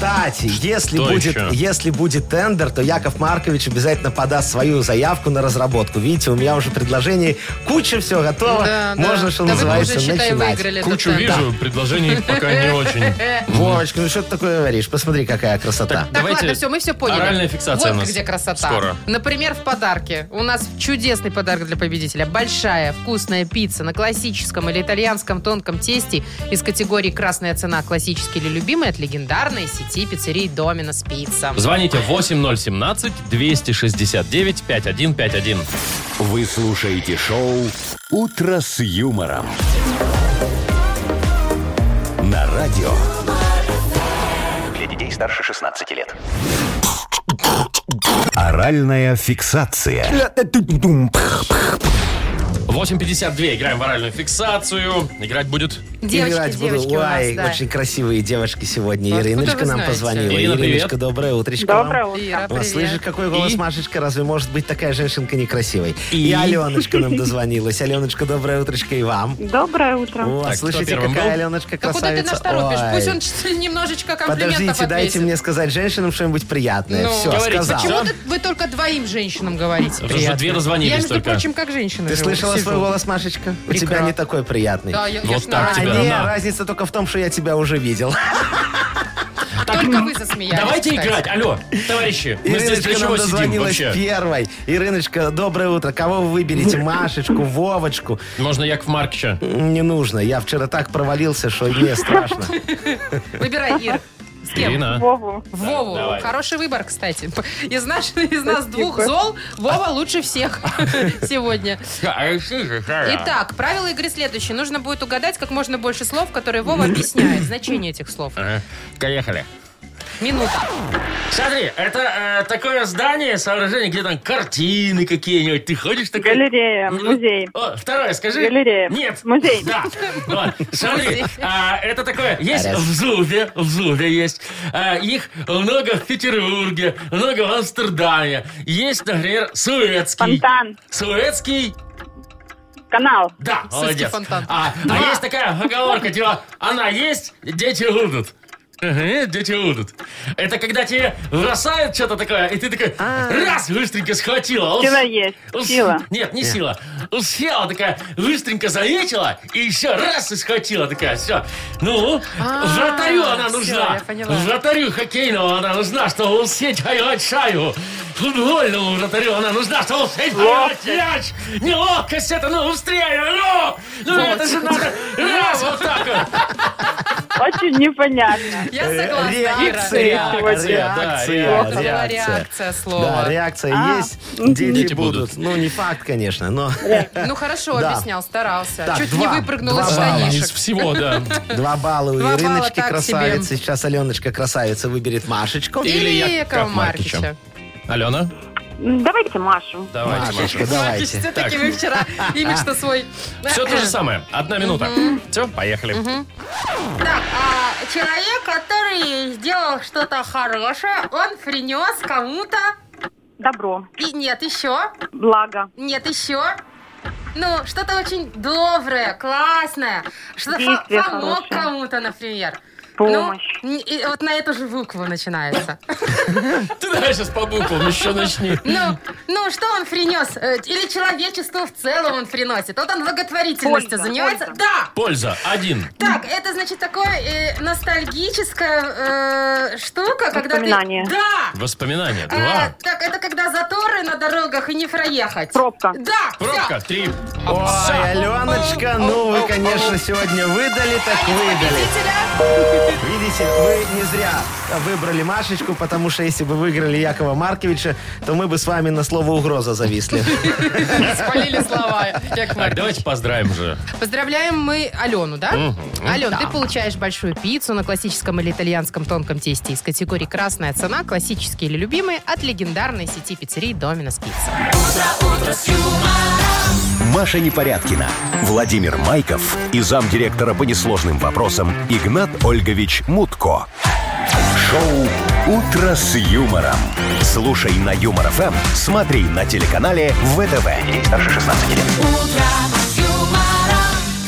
[SPEAKER 2] Кстати, если
[SPEAKER 1] Что
[SPEAKER 2] будет,
[SPEAKER 1] еще?
[SPEAKER 2] если будет тендер, то Яков Маркович обязательно подаст свою заявку на разработку. Видите, у меня уже предложений куча, все готово.
[SPEAKER 3] Да, да.
[SPEAKER 2] Можно, что
[SPEAKER 3] Да вы
[SPEAKER 2] называется,
[SPEAKER 3] уже, считай,
[SPEAKER 2] начинать.
[SPEAKER 3] выиграли этот
[SPEAKER 1] Кучу
[SPEAKER 3] тендер.
[SPEAKER 1] вижу, предложений пока не очень.
[SPEAKER 2] Вовочка, ну что ты такое говоришь? Посмотри, какая красота.
[SPEAKER 3] Так,
[SPEAKER 1] Давайте
[SPEAKER 3] ладно, все, мы все поняли.
[SPEAKER 1] оральная фиксация
[SPEAKER 3] вот
[SPEAKER 1] у нас
[SPEAKER 3] где красота.
[SPEAKER 1] скоро.
[SPEAKER 3] Например, в подарке. У нас чудесный подарок для победителя. Большая вкусная пицца на классическом или итальянском тонком тесте из категории «Красная цена. Классический или любимый» от легендарной сети пиццерий «Доминос Пицца».
[SPEAKER 1] Звоните 8017-269-5151.
[SPEAKER 4] Вы слушаете шоу «Утро с юмором». На радио
[SPEAKER 6] Для детей старше 16 лет.
[SPEAKER 4] «Оральная фиксация».
[SPEAKER 1] 8.52. Играем в оральную фиксацию. Играть будет
[SPEAKER 3] Девочки,
[SPEAKER 2] Играть буду.
[SPEAKER 3] девочки у нас,
[SPEAKER 2] Ой,
[SPEAKER 3] да.
[SPEAKER 2] очень красивые девочки сегодня.
[SPEAKER 3] Откуда
[SPEAKER 2] Ириночка
[SPEAKER 3] вы
[SPEAKER 2] нам
[SPEAKER 3] знаете?
[SPEAKER 2] позвонила.
[SPEAKER 1] Ирина, привет.
[SPEAKER 2] Ириночка, доброе утречко. вам.
[SPEAKER 8] Доброе
[SPEAKER 3] Ира,
[SPEAKER 8] утро.
[SPEAKER 2] О,
[SPEAKER 3] привет.
[SPEAKER 2] слышишь, какой голос,
[SPEAKER 1] И?
[SPEAKER 2] Машечка? Разве может быть такая женщинка некрасивой?
[SPEAKER 1] И?
[SPEAKER 2] И, Аленочка нам дозвонилась. Аленочка, доброе утречко и вам.
[SPEAKER 8] Доброе утро.
[SPEAKER 2] О,
[SPEAKER 1] Так, кто
[SPEAKER 2] слышите,
[SPEAKER 1] первым
[SPEAKER 2] какая
[SPEAKER 1] был?
[SPEAKER 2] Аленочка
[SPEAKER 3] Да куда ты
[SPEAKER 2] красавица?
[SPEAKER 3] наш торопишь?
[SPEAKER 2] Ой.
[SPEAKER 3] Пусть он что ли, немножечко комплиментов
[SPEAKER 2] Подождите, дайте
[SPEAKER 3] ответит.
[SPEAKER 2] мне сказать женщинам что-нибудь приятное.
[SPEAKER 3] Ну,
[SPEAKER 2] Все,
[SPEAKER 1] говорите,
[SPEAKER 2] сказал.
[SPEAKER 1] почему
[SPEAKER 3] Чего ты- вы только двоим женщинам говорите?
[SPEAKER 1] Потому что
[SPEAKER 3] приятно?
[SPEAKER 1] две дозвонились
[SPEAKER 3] Я, между
[SPEAKER 1] только.
[SPEAKER 3] прочим, как женщина
[SPEAKER 2] Ты
[SPEAKER 3] живу,
[SPEAKER 2] слышала
[SPEAKER 3] сижу.
[SPEAKER 2] свой голос, Машечка? У
[SPEAKER 3] Прекрасно.
[SPEAKER 2] тебя не такой приятный.
[SPEAKER 3] Да, я, я
[SPEAKER 1] Вот
[SPEAKER 3] ж
[SPEAKER 1] так
[SPEAKER 3] на
[SPEAKER 1] тебя.
[SPEAKER 2] А,
[SPEAKER 3] радио.
[SPEAKER 2] не,
[SPEAKER 1] она.
[SPEAKER 2] разница только в том, что я тебя уже видел.
[SPEAKER 3] А Только вы засмеялись.
[SPEAKER 1] Давайте
[SPEAKER 3] кстати.
[SPEAKER 1] играть. Алло, товарищи, мы здесь для
[SPEAKER 2] Ириночка
[SPEAKER 1] чего
[SPEAKER 2] нам
[SPEAKER 1] сидим
[SPEAKER 2] дозвонилась
[SPEAKER 1] вообще?
[SPEAKER 2] первой. Ириночка, доброе утро. Кого вы выберете? Машечку, Вовочку?
[SPEAKER 1] Можно Яков Маркича.
[SPEAKER 2] Не нужно. Я вчера так провалился, что мне страшно.
[SPEAKER 3] Выбирай, Ир. С кем?
[SPEAKER 1] Ирина.
[SPEAKER 8] Вову.
[SPEAKER 3] Вову.
[SPEAKER 1] Давай.
[SPEAKER 3] Хороший выбор, кстати. Из, наш- из нас двух зол Вова лучше всех сегодня. Итак, правила игры следующие. Нужно будет угадать как можно больше слов, которые Вова объясняет. Значение этих слов.
[SPEAKER 1] Ага. Поехали.
[SPEAKER 3] Минута.
[SPEAKER 1] Смотри, это э, такое здание, сооружение, где там картины какие-нибудь. Ты ходишь такой... Ну,
[SPEAKER 8] Галерея, музей.
[SPEAKER 1] О, второе, скажи.
[SPEAKER 8] Галерея.
[SPEAKER 1] Нет.
[SPEAKER 8] Музей.
[SPEAKER 1] Да. Вот, Смотри,
[SPEAKER 3] Музей.
[SPEAKER 1] а, это такое, есть
[SPEAKER 2] Раз.
[SPEAKER 1] в Зубе, в Зубе есть. А, их много в Петербурге, много в Амстердаме. Есть, например, Суэцкий.
[SPEAKER 8] Фонтан.
[SPEAKER 1] Суэцкий,
[SPEAKER 8] Канал.
[SPEAKER 1] да,
[SPEAKER 3] Суэцкий
[SPEAKER 1] молодец.
[SPEAKER 3] фонтан.
[SPEAKER 1] А, а есть такая оговорка, типа, она есть, дети лудут. Ага, дети лудут. Это когда тебе бросают что-то такое, и ты такой, раз, быстренько схватила. ус-
[SPEAKER 8] Сила есть.
[SPEAKER 1] Ус-
[SPEAKER 8] Сила.
[SPEAKER 1] Нет, не сила. Усела такая, быстренько заметила, и еще раз и схватила такая, все. Ну,
[SPEAKER 3] А,
[SPEAKER 1] вратарю она
[SPEAKER 3] всё,
[SPEAKER 1] нужна.
[SPEAKER 3] я поняла.
[SPEAKER 1] Вратарю хоккейного она нужна, чтобы усеть поймать шайбу. Футбольному вратарю она нужна, чтобы усеть поймать мяч. Неловкость это, ну, быстрее, ну! Ну, это же надо раз вот так вот.
[SPEAKER 8] Очень непонятно.
[SPEAKER 3] Я согласна, Ира.
[SPEAKER 2] Реакция,
[SPEAKER 8] Реакция,
[SPEAKER 1] да,
[SPEAKER 3] Это была реакция слова.
[SPEAKER 2] Да, реакция
[SPEAKER 8] А.
[SPEAKER 2] есть,
[SPEAKER 8] Мгм.
[SPEAKER 2] дети,
[SPEAKER 1] Дети будут.
[SPEAKER 2] будут. Ну, не факт, конечно, но
[SPEAKER 3] Ну хорошо,
[SPEAKER 2] Да.
[SPEAKER 3] объяснял, старался.
[SPEAKER 2] Так,
[SPEAKER 3] Чуть
[SPEAKER 2] два.
[SPEAKER 3] не выпрыгнул
[SPEAKER 2] Два
[SPEAKER 3] из
[SPEAKER 2] балла.
[SPEAKER 1] Из
[SPEAKER 3] штанишек.
[SPEAKER 1] всего, да.
[SPEAKER 2] два балла у
[SPEAKER 3] Два балла
[SPEAKER 2] Ириночки
[SPEAKER 3] так себе.
[SPEAKER 2] красавица. Сейчас Аленочка красавица выберет Машечку.
[SPEAKER 1] Или
[SPEAKER 3] Или
[SPEAKER 1] Якова
[SPEAKER 3] Якова
[SPEAKER 1] Маркича.
[SPEAKER 3] Маркича.
[SPEAKER 1] Алена,
[SPEAKER 8] М, Давайте Машу.
[SPEAKER 1] давайте, Маша.
[SPEAKER 2] Машечка, давайте.
[SPEAKER 3] все-таки вы вчера имидж-то свой...
[SPEAKER 1] Все то же самое. Одна минута. Все, поехали.
[SPEAKER 3] Так, а, человек, который сделал что-то хорошее, он принес кому-то...
[SPEAKER 8] Добро.
[SPEAKER 3] И нет, еще.
[SPEAKER 8] Благо.
[SPEAKER 3] Нет, еще. Ну, что-то очень доброе, классное. Что-то
[SPEAKER 8] Действие
[SPEAKER 3] помог
[SPEAKER 8] хорошее.
[SPEAKER 3] кому-то, например.
[SPEAKER 8] Помощь.
[SPEAKER 3] Ну, и вот на эту же букву начинается.
[SPEAKER 1] Ты давай сейчас по буквам еще начни.
[SPEAKER 3] Ну, ну, что он принес? Э, Или человечеству в целом он приносит? Вот он благотворительностью
[SPEAKER 8] Польза,
[SPEAKER 3] занимается.
[SPEAKER 8] польза.
[SPEAKER 3] Да!
[SPEAKER 1] Польза. Один.
[SPEAKER 3] Так, это значит такое э, ностальгическая э, штука, когда ты...
[SPEAKER 8] Воспоминание.
[SPEAKER 3] Да!
[SPEAKER 1] Воспоминания.
[SPEAKER 3] Э,
[SPEAKER 1] Два.
[SPEAKER 3] так, это когда заторы на дорогах и не проехать.
[SPEAKER 8] Пробка.
[SPEAKER 3] Да!
[SPEAKER 1] Пробка. Три.
[SPEAKER 2] Ой, Аленочка, ну вы, конечно, сегодня выдали, так выдали. Видите, вы не зря выбрали Машечку, потому что если бы выиграли Якова Марковича, то мы бы с вами на слово угроза зависли.
[SPEAKER 3] Все, спалили слова. Яков
[SPEAKER 1] Так,
[SPEAKER 3] Маркович.
[SPEAKER 1] давайте поздравим же.
[SPEAKER 3] Поздравляем мы Алену, да?
[SPEAKER 1] Мгм.
[SPEAKER 3] Ален, ты получаешь большую пиццу на классическом или итальянском тонком тесте из категории «Красная цена», классические или любимые, от легендарной сети пиццерий «Доминос Пицца».
[SPEAKER 4] Маша Непорядкина, Владимир Майков и замдиректора по несложным вопросам Игнат Ольгович Мутко. Шоу «Утро с юмором». Слушай на Юмор ФМ, смотри на телеканале ВТВ. Ей старше 16 лет.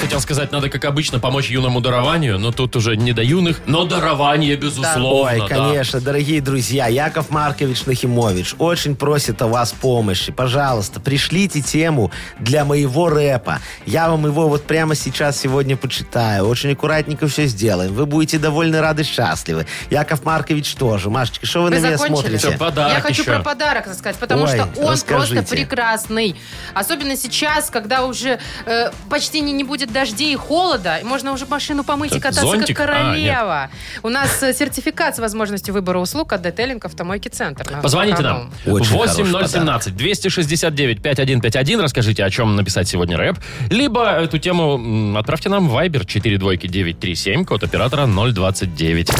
[SPEAKER 1] Хотел сказать, надо, как обычно, помочь юному дарованию, но тут уже не до юных, но дарование, безусловно.
[SPEAKER 2] Ой,
[SPEAKER 1] да.
[SPEAKER 2] конечно, дорогие друзья, Яков Маркович Нахимович очень просит о вас помощи. Пожалуйста, пришлите тему для моего рэпа. Я вам его вот прямо сейчас сегодня почитаю. Очень аккуратненько все сделаем. Вы будете довольно рады, счастливы. Яков Маркович тоже. Машечка, что вы,
[SPEAKER 3] Вы
[SPEAKER 2] на меня
[SPEAKER 3] закончили?
[SPEAKER 2] смотрите?
[SPEAKER 1] Всё, подарок
[SPEAKER 3] Я хочу
[SPEAKER 1] еще.
[SPEAKER 3] про подарок рассказать, потому
[SPEAKER 2] Ой,
[SPEAKER 3] что он
[SPEAKER 2] расскажите.
[SPEAKER 3] просто прекрасный. Особенно сейчас, когда уже э, почти не, не будет дождей и холода, и можно уже машину помыть и
[SPEAKER 1] Так,
[SPEAKER 3] кататься
[SPEAKER 1] зонтик? А,
[SPEAKER 3] как королева. У нас э, сертификат с возможностью выбора услуг от детейлинг «Автомойки Центр». Ну,
[SPEAKER 1] Позвоните
[SPEAKER 3] кому?
[SPEAKER 1] нам.
[SPEAKER 2] Очень хороший
[SPEAKER 1] 8017 269 5151. Расскажите, о чем написать сегодня рэп. Либо эту тему м, отправьте нам в Viber 42937, код оператора 029.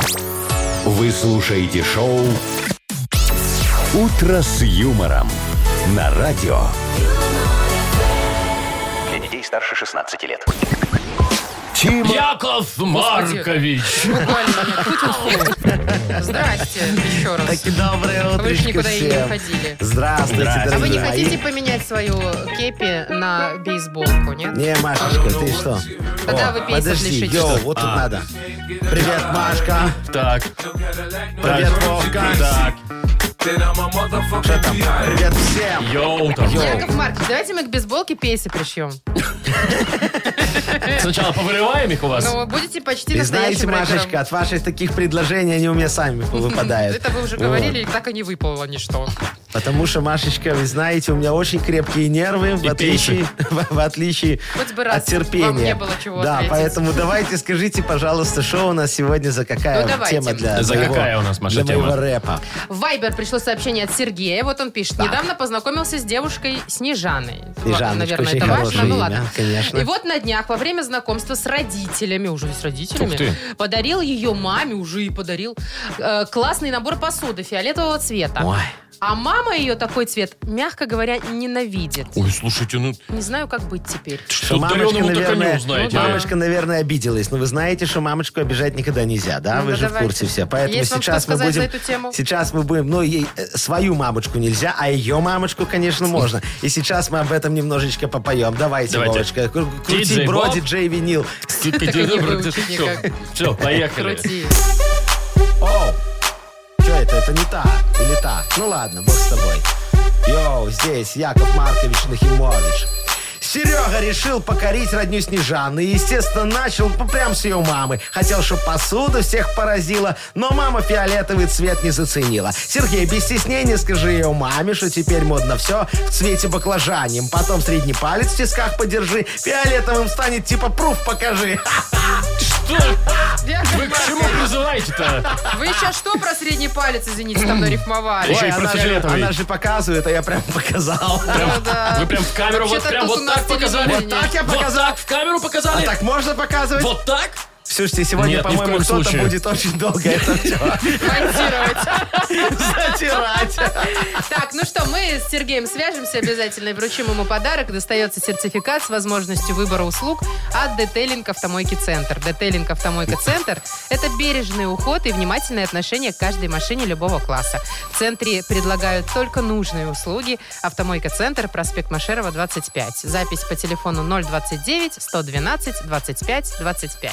[SPEAKER 4] Вы слушаете шоу «Утро с юмором» на радио.
[SPEAKER 6] Для детей старше 16 лет.
[SPEAKER 4] Тима
[SPEAKER 1] Яков Маркович!
[SPEAKER 3] Буквально. Тьфу-тьфу-тьфу. Здрасте еще раз.
[SPEAKER 2] Так и доброе
[SPEAKER 3] А Вы же
[SPEAKER 2] утречко
[SPEAKER 3] никуда и не
[SPEAKER 2] всем.
[SPEAKER 3] уходили.
[SPEAKER 2] Здравствуйте,
[SPEAKER 4] Здравствуйте.
[SPEAKER 3] А вы не
[SPEAKER 2] дорогие мои.
[SPEAKER 3] хотите поменять свою кепи на бейсболку, нет?
[SPEAKER 2] Не, Машечка, ты что?
[SPEAKER 3] Тогда вы пейсов
[SPEAKER 2] Подожди,
[SPEAKER 3] лишите.
[SPEAKER 2] йоу, вот
[SPEAKER 1] А.
[SPEAKER 2] тут надо. Привет, Машка.
[SPEAKER 1] Так,
[SPEAKER 2] Привет, Вовка.
[SPEAKER 1] так,
[SPEAKER 2] Что там? Привет всем.
[SPEAKER 1] йоу там.
[SPEAKER 3] Яков Маркович, давайте мы к бейсболке пейсы пришьем.
[SPEAKER 1] Сначала повырываем их у вас.
[SPEAKER 3] Ну, будете почти
[SPEAKER 2] И знаете,
[SPEAKER 3] настоящим
[SPEAKER 2] Машечка,
[SPEAKER 3] рэпером.
[SPEAKER 2] от ваших таких предложений они у меня сами выпадают.
[SPEAKER 3] Это вы уже
[SPEAKER 2] Вот.
[SPEAKER 3] говорили, и так и не выпало ничто.
[SPEAKER 2] Потому что, Машечка, вы знаете, у меня очень крепкие нервы, в
[SPEAKER 1] И
[SPEAKER 2] отличие, в, отличие
[SPEAKER 3] Хоть бы раз
[SPEAKER 2] от терпения.
[SPEAKER 3] вам не было чего
[SPEAKER 2] Да,
[SPEAKER 3] ответить.
[SPEAKER 2] поэтому давайте скажите, пожалуйста, что у нас сегодня за какая
[SPEAKER 3] Ну, давайте.
[SPEAKER 2] тема для
[SPEAKER 1] За
[SPEAKER 2] моего-
[SPEAKER 1] какая у нас, Маша,
[SPEAKER 2] для
[SPEAKER 1] тема?
[SPEAKER 2] моего рэпа.
[SPEAKER 3] В Вайбер пришло сообщение от Сергея. Вот он пишет. Недавно познакомился с девушкой Снежаной. Ну,
[SPEAKER 2] Снежаночка,
[SPEAKER 3] Ладно, Наверное,
[SPEAKER 2] очень
[SPEAKER 3] это важно.
[SPEAKER 2] хорошее
[SPEAKER 3] Ну
[SPEAKER 2] имя,
[SPEAKER 3] ладно.
[SPEAKER 2] конечно.
[SPEAKER 3] И вот на днях, во время знакомства с родителями, уже с
[SPEAKER 1] Ух
[SPEAKER 3] родителями,
[SPEAKER 1] ты.
[SPEAKER 3] подарил ее маме, уже и подарил, э, классный набор посуды фиолетового цвета.
[SPEAKER 2] Ой.
[SPEAKER 3] А мама ее такой цвет, мягко говоря, ненавидит.
[SPEAKER 1] Ой, слушайте, ну
[SPEAKER 3] Не знаю, как быть теперь.
[SPEAKER 1] что
[SPEAKER 2] Что мамочка,
[SPEAKER 1] дареному только не
[SPEAKER 2] наверное,
[SPEAKER 1] узнаете.
[SPEAKER 2] мамочка, наверное, обиделась. Но вы знаете, что мамочку обижать никогда нельзя, да?
[SPEAKER 3] Ну,
[SPEAKER 2] вы
[SPEAKER 3] да
[SPEAKER 2] же
[SPEAKER 3] давайте.
[SPEAKER 2] в курсе все. Поэтому
[SPEAKER 3] Есть вам
[SPEAKER 2] сейчас
[SPEAKER 3] что
[SPEAKER 2] мы
[SPEAKER 3] сказать
[SPEAKER 2] будем.
[SPEAKER 3] за эту тему?
[SPEAKER 2] Сейчас мы будем. Ну, ей э, свою мамочку нельзя, а ее мамочку, конечно, можно. И сейчас мы об этом немножечко попоем. Давайте,
[SPEAKER 1] Давайте.
[SPEAKER 2] Вовочка. Кру-
[SPEAKER 1] Диджей
[SPEAKER 2] Крути бро,
[SPEAKER 1] Боб.
[SPEAKER 2] диджей винил.
[SPEAKER 1] типа,
[SPEAKER 3] выучить никак.
[SPEAKER 1] Все, поехали.
[SPEAKER 3] Крути.
[SPEAKER 2] Оу! Что это? Это не та. Или та? Ну ладно, бог с тобой. Йоу, здесь Яков Маркович Нахимович. Серега решил покорить родню Снежаны и, естественно, начал п- прям с ее мамы. Хотел, чтобы посуда всех поразила, но мама фиолетовый цвет не заценила. Сергей, без стеснения скажи ее маме, что теперь модно все в цвете баклажанием. Потом средний палец в тисках подержи, фиолетовым станет типа пруф покажи.
[SPEAKER 1] Что?
[SPEAKER 3] Яков
[SPEAKER 1] Вы к чему
[SPEAKER 3] Маркович,
[SPEAKER 1] призываете-то?
[SPEAKER 3] Вы сейчас что про средний палец, извините, со мной рифмовали?
[SPEAKER 1] Ой, Еще и про
[SPEAKER 2] она, же,
[SPEAKER 1] фиолетовый.
[SPEAKER 2] она же показывает, а я прям показал.
[SPEAKER 1] Прям-
[SPEAKER 3] Ну да.
[SPEAKER 1] Вы прям в камеру вот
[SPEAKER 3] Вообще-то
[SPEAKER 1] прям
[SPEAKER 3] тут у
[SPEAKER 1] вот
[SPEAKER 3] нас
[SPEAKER 1] так показали.
[SPEAKER 3] телевидение.
[SPEAKER 2] Вот так я
[SPEAKER 1] Вот
[SPEAKER 2] показал.
[SPEAKER 1] так в камеру
[SPEAKER 2] А
[SPEAKER 1] показали.
[SPEAKER 2] так можно показывать?
[SPEAKER 1] Вот так?
[SPEAKER 2] Слушайте, сегодня,
[SPEAKER 1] Нет, ни в
[SPEAKER 2] по-моему,
[SPEAKER 1] коем
[SPEAKER 2] кто-то
[SPEAKER 1] случае.
[SPEAKER 2] будет очень долго это все
[SPEAKER 3] Монтировать.
[SPEAKER 2] затирать.
[SPEAKER 3] Так, ну что, мы с Сергеем свяжемся обязательно и вручим ему подарок. Достается сертификат с возможностью выбора услуг от Детейлинг Автомойки Центр. Детейлинг Автомойка Центр – это бережный уход и внимательное отношение к каждой машине любого класса. В центре предлагают только нужные услуги. Автомойка Центр, проспект Машерова, 25. Запись по телефону 029 112 25 25.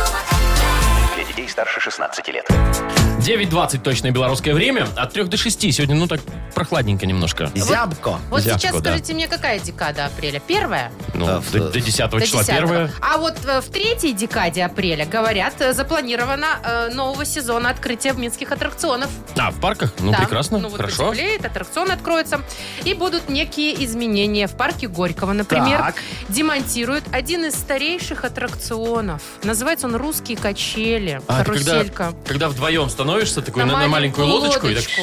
[SPEAKER 6] Для детей старше 16 лет.
[SPEAKER 1] 9.20 точное белорусское время. От 3 до 6. Сегодня, ну, так прохладненько немножко.
[SPEAKER 2] Зябко.
[SPEAKER 3] Вот
[SPEAKER 1] Зябко,
[SPEAKER 3] сейчас
[SPEAKER 1] да.
[SPEAKER 3] скажите мне, какая декада апреля? Первая?
[SPEAKER 1] Ну,
[SPEAKER 2] Да,
[SPEAKER 1] до,
[SPEAKER 2] в-
[SPEAKER 1] до 10
[SPEAKER 3] До
[SPEAKER 1] числа
[SPEAKER 3] 10-го.
[SPEAKER 1] первое.
[SPEAKER 3] А вот э, в третьей декаде апреля, говорят, э, запланировано э, нового сезона открытия минских аттракционов.
[SPEAKER 1] А, в парках? Ну,
[SPEAKER 3] Да.
[SPEAKER 1] прекрасно.
[SPEAKER 3] Ну, вот
[SPEAKER 1] Хорошо.
[SPEAKER 3] потеплеет, аттракцион откроется. И будут некие изменения в парке Горького. Например,
[SPEAKER 2] Так.
[SPEAKER 3] демонтируют один из старейших аттракционов. Называется он «Русские качели».
[SPEAKER 1] А, это когда,
[SPEAKER 3] Каруселька.
[SPEAKER 1] когда вдвоем становишься такой на, на маленькую лодочку, и так
[SPEAKER 3] лодочку.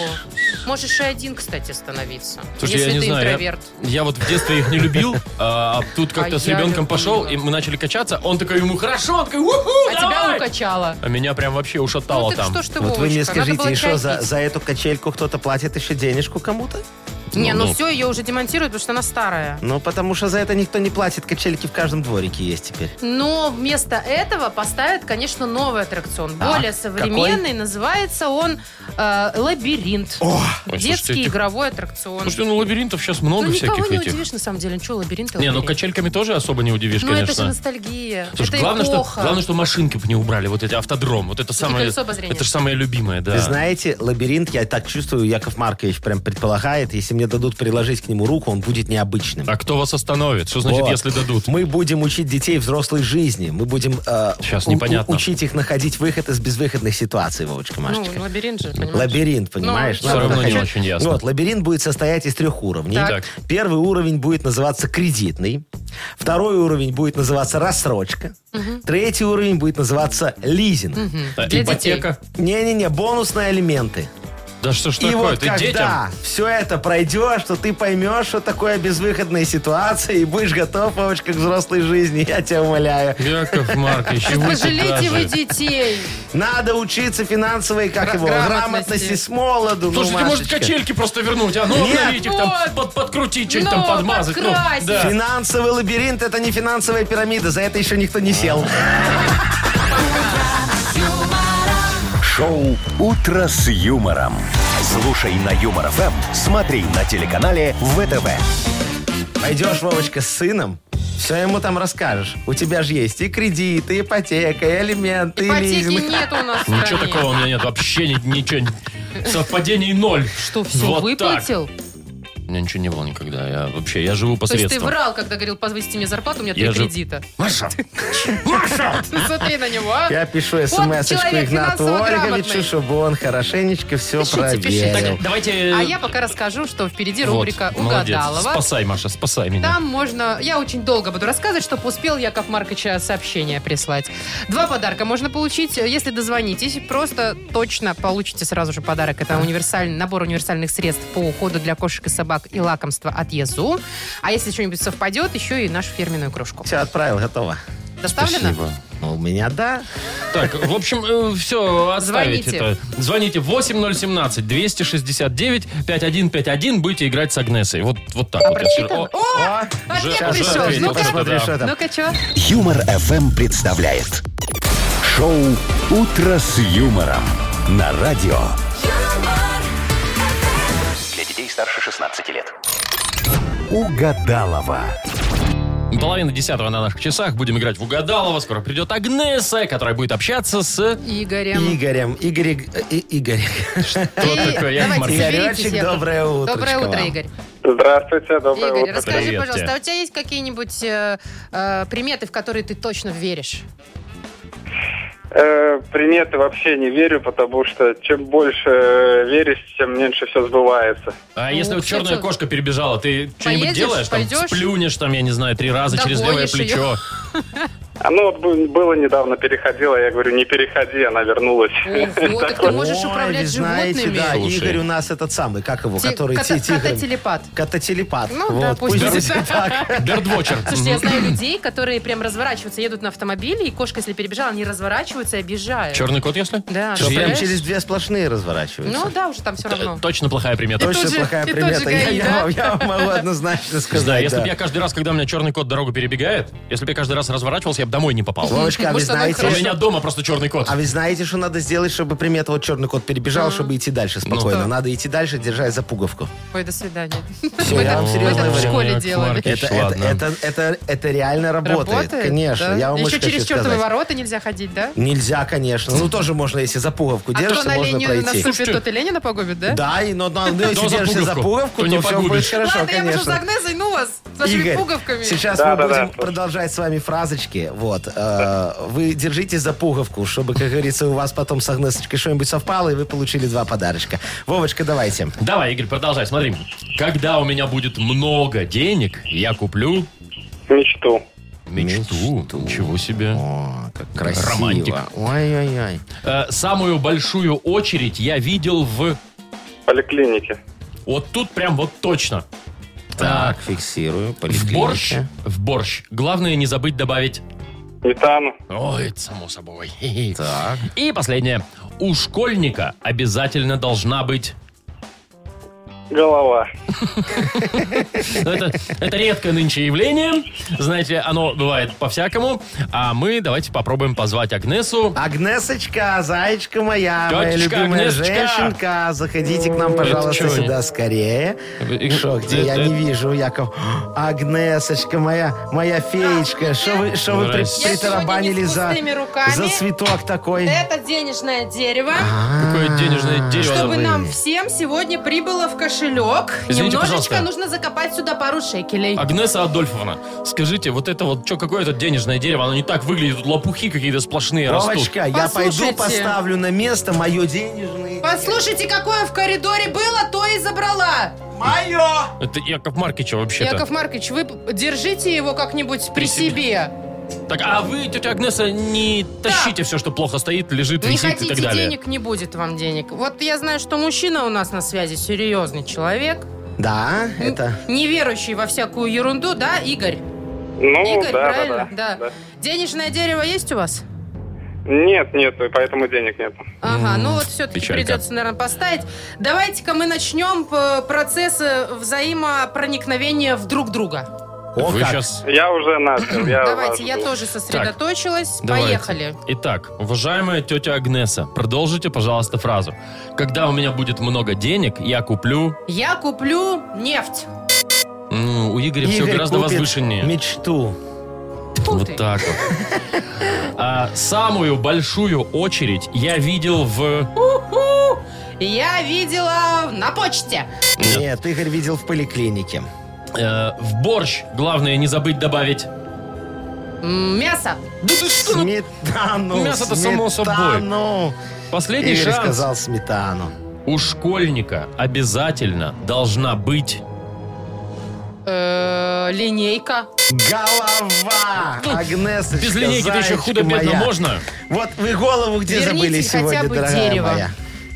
[SPEAKER 3] Можешь и один, кстати, становиться.
[SPEAKER 1] Слушай,
[SPEAKER 3] если
[SPEAKER 1] я не
[SPEAKER 3] ты
[SPEAKER 1] знаю, я-
[SPEAKER 3] интроверт.
[SPEAKER 1] Я вот в детстве их не любил, а тут как-то
[SPEAKER 3] А
[SPEAKER 1] с
[SPEAKER 3] я
[SPEAKER 1] ребенком пошел,
[SPEAKER 3] любила.
[SPEAKER 1] и мы начали качаться. Он такой ему хорошо, он такой уху,
[SPEAKER 3] А тебя укачало.
[SPEAKER 1] А меня прям вообще
[SPEAKER 3] Ну
[SPEAKER 1] ушатало
[SPEAKER 3] так
[SPEAKER 1] там.
[SPEAKER 3] что ж ты,
[SPEAKER 2] Вот вы мне
[SPEAKER 3] Вовочка, надо было
[SPEAKER 2] скажите, и что,
[SPEAKER 3] тебя
[SPEAKER 2] за,
[SPEAKER 3] бить.
[SPEAKER 2] за эту качельку кто-то платит еще денежку кому-то?
[SPEAKER 3] Не,
[SPEAKER 1] Ну,
[SPEAKER 3] ну,
[SPEAKER 1] ну.
[SPEAKER 3] все, ее уже демонтируют, потому что она старая.
[SPEAKER 2] Ну, потому что за это никто не платит. Качельки в каждом дворике есть теперь.
[SPEAKER 3] Но вместо этого поставят, конечно, новый аттракцион.
[SPEAKER 2] Так,
[SPEAKER 3] более современный.
[SPEAKER 2] какой?
[SPEAKER 3] Называется он э, «Лабиринт».
[SPEAKER 1] Ой,
[SPEAKER 3] Детский
[SPEAKER 1] слушайте, эти-
[SPEAKER 3] игровой аттракцион.
[SPEAKER 1] Слушайте, ну лабиринтов сейчас
[SPEAKER 3] ну,
[SPEAKER 1] много
[SPEAKER 3] никого
[SPEAKER 1] всяких
[SPEAKER 3] не
[SPEAKER 1] этих.
[SPEAKER 3] удивишь, на самом деле. Ну, что лабиринт и
[SPEAKER 1] Не, ну
[SPEAKER 3] лабиринт?
[SPEAKER 1] качельками тоже особо не удивишь,
[SPEAKER 3] Ну, это же
[SPEAKER 1] конечно.
[SPEAKER 3] ностальгия.
[SPEAKER 1] Слушай,
[SPEAKER 3] это
[SPEAKER 1] главное, что,
[SPEAKER 3] эпоха.
[SPEAKER 1] главное, что машинки бы не убрали, вот эти автодром. Вот это самое.
[SPEAKER 3] «Колесо обозрения».
[SPEAKER 1] Это же самое любимое, да.
[SPEAKER 2] Вы знаете, лабиринт, я так чувствую, Яков Маркович прям предполагает, если мне дадут приложить к нему руку, он будет необычным.
[SPEAKER 1] А кто вас остановит? Что значит,
[SPEAKER 2] Вот.
[SPEAKER 1] если дадут?
[SPEAKER 2] Мы будем учить детей взрослой жизни. Мы будем э,
[SPEAKER 1] Сейчас
[SPEAKER 2] у- у-
[SPEAKER 1] непонятно.
[SPEAKER 2] учить их находить выход из безвыходных ситуаций, Вовочка Машечка.
[SPEAKER 3] Ну, лабиринт же, понимаешь?
[SPEAKER 2] Лабиринт, понимаешь?
[SPEAKER 3] всё
[SPEAKER 2] Надо
[SPEAKER 1] Ну, равно не
[SPEAKER 2] находить.
[SPEAKER 1] очень ясно.
[SPEAKER 2] Вот, лабиринт будет состоять из трех уровней.
[SPEAKER 1] Так.
[SPEAKER 2] Первый уровень будет называться кредитный. Второй уровень будет называться рассрочка. Третий уровень будет называться лизинг.
[SPEAKER 1] А,
[SPEAKER 3] Для
[SPEAKER 1] Ипотека.
[SPEAKER 2] Не-не-не, бонусные элементы.
[SPEAKER 1] Да что ж
[SPEAKER 2] И
[SPEAKER 1] такое?
[SPEAKER 2] вот
[SPEAKER 1] Ты
[SPEAKER 2] когда
[SPEAKER 1] детям.
[SPEAKER 2] все это пройдешь, что ты поймешь, что такое безвыходная ситуация, и будешь готов, Вовочка, к взрослой жизни, я тебя умоляю.
[SPEAKER 1] Яков Маркович, и вы туда
[SPEAKER 3] Пожалейте
[SPEAKER 1] же.
[SPEAKER 3] вы детей.
[SPEAKER 2] Надо учиться финансовой, как
[SPEAKER 3] Гра-
[SPEAKER 2] его,
[SPEAKER 3] грамотности.
[SPEAKER 2] грамотности с молоду.
[SPEAKER 1] Слушайте,
[SPEAKER 2] ну,
[SPEAKER 1] может
[SPEAKER 2] Машечка.
[SPEAKER 1] качельки просто вернуть, а ну
[SPEAKER 2] Нет.
[SPEAKER 1] обновить их там,
[SPEAKER 3] Вот.
[SPEAKER 1] под- подкрутить, что-нибудь
[SPEAKER 3] Ну,
[SPEAKER 1] там подмазать. ну,
[SPEAKER 3] подкрасить.
[SPEAKER 1] да.
[SPEAKER 2] Финансовый лабиринт это не финансовая пирамида, за это еще никто не сел.
[SPEAKER 4] Шоу «Утро с юмором». Слушай на Юмор ФМ, смотри на телеканале ВТВ.
[SPEAKER 2] Пойдешь, Вовочка, с сыном, все ему там расскажешь. У тебя же есть и кредиты, и ипотека, и алименты, и
[SPEAKER 3] Ипотеки
[SPEAKER 2] лизинг.
[SPEAKER 3] нет у нас в
[SPEAKER 1] Ничего
[SPEAKER 3] стране.
[SPEAKER 1] такого у меня нет, вообще ни- ничего. Совпадений ноль.
[SPEAKER 3] Что, все
[SPEAKER 1] Вот так.
[SPEAKER 3] выплатил?
[SPEAKER 1] У меня ничего не было никогда. Я вообще, я живу по
[SPEAKER 3] То есть ты
[SPEAKER 1] средствам.
[SPEAKER 3] врал, когда говорил, позвольте мне зарплату, у меня
[SPEAKER 1] Я
[SPEAKER 3] три
[SPEAKER 1] же-
[SPEAKER 3] кредита.
[SPEAKER 1] Маша! Маша!
[SPEAKER 3] Ну, Смотри на него, а.
[SPEAKER 2] Я пишу
[SPEAKER 3] Вот
[SPEAKER 2] смс
[SPEAKER 3] человек
[SPEAKER 2] Игнату
[SPEAKER 3] финансово
[SPEAKER 2] Ольговичу,
[SPEAKER 3] грамотный.
[SPEAKER 2] чтобы он хорошенечко все
[SPEAKER 3] Пишите, пишите.
[SPEAKER 2] проверил.
[SPEAKER 1] Так, давайте...
[SPEAKER 3] А я пока расскажу, что впереди
[SPEAKER 1] Вот,
[SPEAKER 3] рубрика
[SPEAKER 1] молодец.
[SPEAKER 3] «Угадалова».
[SPEAKER 1] Спасай, Маша, спасай меня.
[SPEAKER 3] Там можно... Я очень долго буду рассказывать, чтобы успел Яков Марковича сообщение прислать. Два подарка можно получить, если дозвонитесь. Просто точно получите сразу же подарок. Это универсальный набор универсальных средств по уходу для кошек и собак и лакомства от ЕЗУ. А если что-нибудь совпадет, еще и нашу фирменную кружку.
[SPEAKER 2] Все, отправил, готово.
[SPEAKER 3] Доставлено?
[SPEAKER 1] Спасибо.
[SPEAKER 2] Ну, у меня да.
[SPEAKER 1] Так, в общем, все, отставить
[SPEAKER 3] Звоните.
[SPEAKER 1] это. Звоните 8017-269-5151, будете играть с Агнесой. Вот, вот так вот. я
[SPEAKER 3] Прочитано?
[SPEAKER 1] скажу. О,
[SPEAKER 3] О,
[SPEAKER 1] уже-
[SPEAKER 3] ответ
[SPEAKER 1] уже
[SPEAKER 3] пришел.
[SPEAKER 1] ответил. Вот
[SPEAKER 3] Ну-ка,
[SPEAKER 1] это
[SPEAKER 2] Смотри,
[SPEAKER 1] да.
[SPEAKER 2] что там.
[SPEAKER 3] ну-ка, чё?
[SPEAKER 4] Юмор ФМ представляет. Шоу «Утро с юмором» на радио.
[SPEAKER 6] Для детей старше 16 лет.
[SPEAKER 4] Угадалова.
[SPEAKER 1] Половина десятого на наших часах. Будем играть в Угадалова. Скоро придет Агнеса, которая будет общаться с...
[SPEAKER 3] Игорем.
[SPEAKER 2] Игорем, Игорь, э, Игорь.
[SPEAKER 1] Кто
[SPEAKER 3] И
[SPEAKER 1] такой Яков
[SPEAKER 3] давайте
[SPEAKER 1] Маркович?
[SPEAKER 3] соберитесь,
[SPEAKER 2] Игоречек,
[SPEAKER 3] Яков.
[SPEAKER 2] доброе утро.
[SPEAKER 3] Доброе утро, Игорь.
[SPEAKER 7] Здравствуйте, доброе
[SPEAKER 3] Игорь,
[SPEAKER 7] утро.
[SPEAKER 3] расскажи,
[SPEAKER 1] Привет
[SPEAKER 3] пожалуйста,
[SPEAKER 1] тебе.
[SPEAKER 3] а у тебя есть какие-нибудь э, э, приметы, в которые ты точно веришь?
[SPEAKER 7] Э, приметы вообще не верю, потому что чем больше э, веришь, тем меньше все сбывается.
[SPEAKER 1] А если вот
[SPEAKER 3] Ну, кстати,
[SPEAKER 1] черная кошка перебежала, ты что-нибудь
[SPEAKER 3] поедешь,
[SPEAKER 1] делаешь? Там
[SPEAKER 3] пойдешь?
[SPEAKER 1] сплюнешь, там, я не знаю, три раза через левое
[SPEAKER 3] Догонишь
[SPEAKER 1] плечо.
[SPEAKER 7] Оно вот бы- было недавно, переходило, я говорю, не переходи, она вернулась.
[SPEAKER 3] Ого, так ты можешь
[SPEAKER 2] Ой,
[SPEAKER 3] управлять
[SPEAKER 2] вы знаете,
[SPEAKER 3] животными.
[SPEAKER 2] Да,
[SPEAKER 1] Слушай.
[SPEAKER 2] Игорь у нас этот самый, как его,
[SPEAKER 3] Те-
[SPEAKER 2] который
[SPEAKER 3] кота-
[SPEAKER 2] ти- тигр-
[SPEAKER 3] кота-телепат.
[SPEAKER 2] Кототелепат.
[SPEAKER 3] Ну
[SPEAKER 2] Вот,
[SPEAKER 3] да, пусть
[SPEAKER 2] будет
[SPEAKER 3] будет так.
[SPEAKER 1] Бердвочер.
[SPEAKER 3] Слушайте, я знаю людей, которые прям разворачиваются, едут на автомобиле, и кошка, если перебежала, они разворачиваются и обижают.
[SPEAKER 1] Черный кот, если?
[SPEAKER 3] Да,
[SPEAKER 2] Что, прям
[SPEAKER 3] представляешь?
[SPEAKER 2] через две сплошные разворачиваются?
[SPEAKER 3] Ну да, уже там все равно.
[SPEAKER 1] Точно плохая примета.
[SPEAKER 3] тут
[SPEAKER 2] Точно
[SPEAKER 3] же-
[SPEAKER 2] плохая
[SPEAKER 3] и тут же
[SPEAKER 2] примета. Я,
[SPEAKER 3] ГАИ,
[SPEAKER 2] я
[SPEAKER 3] да?
[SPEAKER 2] вам, я вам могу однозначно
[SPEAKER 1] Да,
[SPEAKER 2] сказать.
[SPEAKER 1] если
[SPEAKER 2] да.
[SPEAKER 1] бы я каждый раз, когда у меня черный кот дорогу перебегает, если бы я каждый раз разворачивался, я чтобы домой не попал.
[SPEAKER 2] Вовочка, а вы
[SPEAKER 3] Может, она и
[SPEAKER 1] У
[SPEAKER 3] хорошо.
[SPEAKER 2] знаете...
[SPEAKER 1] меня дома просто черный кот.
[SPEAKER 2] А вы знаете, что надо сделать, чтобы примета вот черный кот перебежал, чтобы идти дальше
[SPEAKER 1] Ну
[SPEAKER 2] спокойно?
[SPEAKER 3] Что?
[SPEAKER 2] Надо идти дальше, держась за пуговку.
[SPEAKER 3] Ой, до свидания.
[SPEAKER 2] Всё,
[SPEAKER 3] Мы
[SPEAKER 2] я
[SPEAKER 3] так
[SPEAKER 2] вам
[SPEAKER 3] мы
[SPEAKER 2] серьезно
[SPEAKER 3] так в
[SPEAKER 2] говорю.
[SPEAKER 3] школе
[SPEAKER 1] Яков
[SPEAKER 3] делали.
[SPEAKER 1] Маркович.
[SPEAKER 2] Это,
[SPEAKER 1] Отлично,
[SPEAKER 2] это,
[SPEAKER 1] ладно.
[SPEAKER 2] это, это, это реально работает. Конечно.
[SPEAKER 3] да?
[SPEAKER 2] Я вам
[SPEAKER 3] Еще
[SPEAKER 2] очень
[SPEAKER 3] через
[SPEAKER 2] хочу
[SPEAKER 3] чертовы
[SPEAKER 2] сказать.
[SPEAKER 3] ворота нельзя ходить, да?
[SPEAKER 2] Нельзя, конечно. Ну, тоже можно, если за пуговку
[SPEAKER 3] А кто
[SPEAKER 2] держишься,
[SPEAKER 3] на
[SPEAKER 2] можно
[SPEAKER 3] Ленина
[SPEAKER 2] пройти.
[SPEAKER 1] Слушайте.
[SPEAKER 3] наступит, тот и Ленина погубит, да?
[SPEAKER 2] Да, и, но, но, но если
[SPEAKER 1] за
[SPEAKER 2] держишься за
[SPEAKER 1] пуговку, то
[SPEAKER 2] пуговку, то,
[SPEAKER 1] не
[SPEAKER 2] все будет
[SPEAKER 1] погубишь.
[SPEAKER 2] хорошо,
[SPEAKER 3] Ладно, я
[SPEAKER 2] конечно.
[SPEAKER 3] пошел с Агнезой, ну вас, с вашими
[SPEAKER 2] Игорь,
[SPEAKER 3] пуговками.
[SPEAKER 2] сейчас
[SPEAKER 7] Да,
[SPEAKER 2] мы
[SPEAKER 7] да, да,
[SPEAKER 2] будем
[SPEAKER 7] слушай.
[SPEAKER 2] продолжать с вами фразочки. Вот. э, Вы держитесь за пуговку, чтобы, как говорится, у вас потом с Агнесочкой что-нибудь совпало, и вы получили два подарочка. Вовочка, давайте.
[SPEAKER 1] Давай, Игорь, продолжай. Смотри. Когда у меня будет много денег, я куплю
[SPEAKER 7] Мечту.
[SPEAKER 1] мечту. Ничего себе.
[SPEAKER 2] О, как
[SPEAKER 1] красиво. Романтик.
[SPEAKER 2] Ой-ой-ой.
[SPEAKER 1] Э, Самую большую очередь я видел в...
[SPEAKER 7] Поликлинике.
[SPEAKER 1] Вот тут прям вот точно. Э,
[SPEAKER 2] Так, фиксирую.
[SPEAKER 1] В борщ, в борщ. Главное не забыть добавить...
[SPEAKER 7] Метану.
[SPEAKER 1] Ой, это само собой.
[SPEAKER 2] Так.
[SPEAKER 1] И последнее. У школьника обязательно должна быть...
[SPEAKER 7] Голова.
[SPEAKER 1] Ну, Это, это редкое нынче явление. Знаете, оно бывает по-всякому. А мы давайте попробуем позвать Агнесу.
[SPEAKER 2] Агнесочка, зайчка моя, моя
[SPEAKER 1] Тетечка
[SPEAKER 2] любимая
[SPEAKER 1] Агнесочка.
[SPEAKER 2] женщинка, заходите к нам, пожалуйста,
[SPEAKER 1] чё они?
[SPEAKER 2] сюда скорее.
[SPEAKER 1] Э,
[SPEAKER 2] Шо, где? Я
[SPEAKER 1] э,
[SPEAKER 2] не вижу, Яков. Агнесочка моя, моя феечка, что вы, шо вы при-
[SPEAKER 1] Здрасте.
[SPEAKER 2] притарабанили
[SPEAKER 3] Я сегодня не с
[SPEAKER 2] за,
[SPEAKER 3] пустыми руками.
[SPEAKER 2] за цветок такой?
[SPEAKER 3] Это денежное дерево.
[SPEAKER 1] Какое денежное дерево.
[SPEAKER 3] Чтобы
[SPEAKER 2] А, вы.
[SPEAKER 3] нам всем сегодня прибыло в кошелек,
[SPEAKER 1] Извините,
[SPEAKER 3] немножечко
[SPEAKER 1] пожалуйста.
[SPEAKER 3] нужно закопать сюда пару шекелей.
[SPEAKER 1] Агнеса Адольфовна, скажите, вот это вот, что, какое это денежное дерево? Оно не так выглядит, тут лопухи какие-то сплошные растут.
[SPEAKER 2] Вовочка, я пойду
[SPEAKER 3] Послушайте.
[SPEAKER 2] поставлю на место мое денежное.
[SPEAKER 3] Послушайте, какое в коридоре было, то и забрала.
[SPEAKER 1] Это Яков Маркича вообще-то.
[SPEAKER 3] Яков Маркович, вы держите его как-нибудь
[SPEAKER 1] При
[SPEAKER 3] при себе.
[SPEAKER 1] Так, а вы, тетя Агнеса, не тащите все, что плохо стоит, лежит,
[SPEAKER 3] Не
[SPEAKER 1] висит и
[SPEAKER 3] хотите
[SPEAKER 1] так далее.
[SPEAKER 3] денег, не будет вам денег. Вот я знаю, что мужчина у нас на связи серьезный человек,
[SPEAKER 2] Да,
[SPEAKER 3] н-
[SPEAKER 2] это...
[SPEAKER 3] неверующий во всякую ерунду, да, Игорь?
[SPEAKER 7] Ну,
[SPEAKER 3] Игорь,
[SPEAKER 7] да, да,
[SPEAKER 3] правильно?
[SPEAKER 7] да,
[SPEAKER 3] Да. Денежное дерево есть у вас?
[SPEAKER 7] Нет, нет, и поэтому денег нет.
[SPEAKER 3] Ага, ну вот все-таки
[SPEAKER 1] печалька.
[SPEAKER 3] придется, наверное, поставить. Давайте-ка мы начнем э, процесс э, взаимопроникновения в друг друга.
[SPEAKER 2] О,
[SPEAKER 1] Вы
[SPEAKER 2] как.
[SPEAKER 1] сейчас...
[SPEAKER 7] Я уже начал. Я
[SPEAKER 3] Давайте,
[SPEAKER 7] вас
[SPEAKER 3] я
[SPEAKER 7] жду.
[SPEAKER 3] тоже сосредоточилась.
[SPEAKER 1] давайте.
[SPEAKER 3] Поехали.
[SPEAKER 1] Итак, уважаемая тетя Агнеса, продолжите, пожалуйста, фразу. Когда у меня будет много денег, я куплю...
[SPEAKER 3] Я куплю нефть.
[SPEAKER 1] М, у Игоря все
[SPEAKER 2] Игорь
[SPEAKER 1] гораздо
[SPEAKER 2] купит
[SPEAKER 1] возвышеннее.
[SPEAKER 2] Мечту.
[SPEAKER 3] Фу
[SPEAKER 1] Вот
[SPEAKER 3] ты.
[SPEAKER 1] так вот. А, самую большую очередь я видел в...
[SPEAKER 3] Уху! Я видела на почте.
[SPEAKER 1] Нет.
[SPEAKER 2] Нет, Игорь видел в поликлинике.
[SPEAKER 1] э, в борщ. Главное не забыть добавить.
[SPEAKER 3] М, Мясо.
[SPEAKER 1] Да ты что? ну,
[SPEAKER 2] Сметану.
[SPEAKER 1] Мясо-то само собой.
[SPEAKER 2] сметану.
[SPEAKER 1] Последний
[SPEAKER 2] Игорь
[SPEAKER 1] шанс.
[SPEAKER 2] сказал сметану.
[SPEAKER 1] У школьника обязательно должна быть...
[SPEAKER 3] Э, Линейка.
[SPEAKER 2] Голова! Агнесочка,
[SPEAKER 1] Ну, Без линейки-то еще
[SPEAKER 2] зайчка
[SPEAKER 1] худо-бедно
[SPEAKER 2] моя.
[SPEAKER 1] можно.
[SPEAKER 2] Вот вы голову где
[SPEAKER 3] Верните
[SPEAKER 2] забыли
[SPEAKER 3] хотя
[SPEAKER 2] сегодня,
[SPEAKER 3] бы
[SPEAKER 2] дорогая
[SPEAKER 3] дерево.
[SPEAKER 2] моя?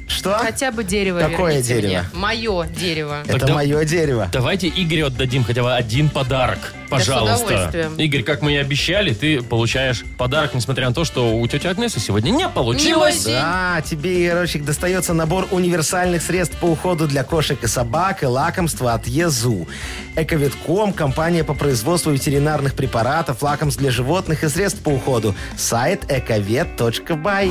[SPEAKER 2] Что?
[SPEAKER 3] Хотя бы дерево
[SPEAKER 2] А? Какое
[SPEAKER 3] верните
[SPEAKER 2] дерево?
[SPEAKER 3] мне. Мое дерево.
[SPEAKER 2] Это
[SPEAKER 1] Тогда-
[SPEAKER 2] мое дерево.
[SPEAKER 1] Давайте Игорю отдадим хотя бы один подарок, пожалуйста.
[SPEAKER 3] удовольствием.
[SPEAKER 1] Игорь, как мы и обещали, ты получаешь подарок, несмотря на то, что у тети Агнесы сегодня не получилось.
[SPEAKER 3] Не мой день.
[SPEAKER 2] Да, А, тебе, Игорочек, достается набор универсальных средств по уходу для кошек и собак и лакомства от ЕЗУ. Эковетком – компания по производству ветеринарных препаратов, лакомств для животных и средств по уходу. Сайт эковет.бай.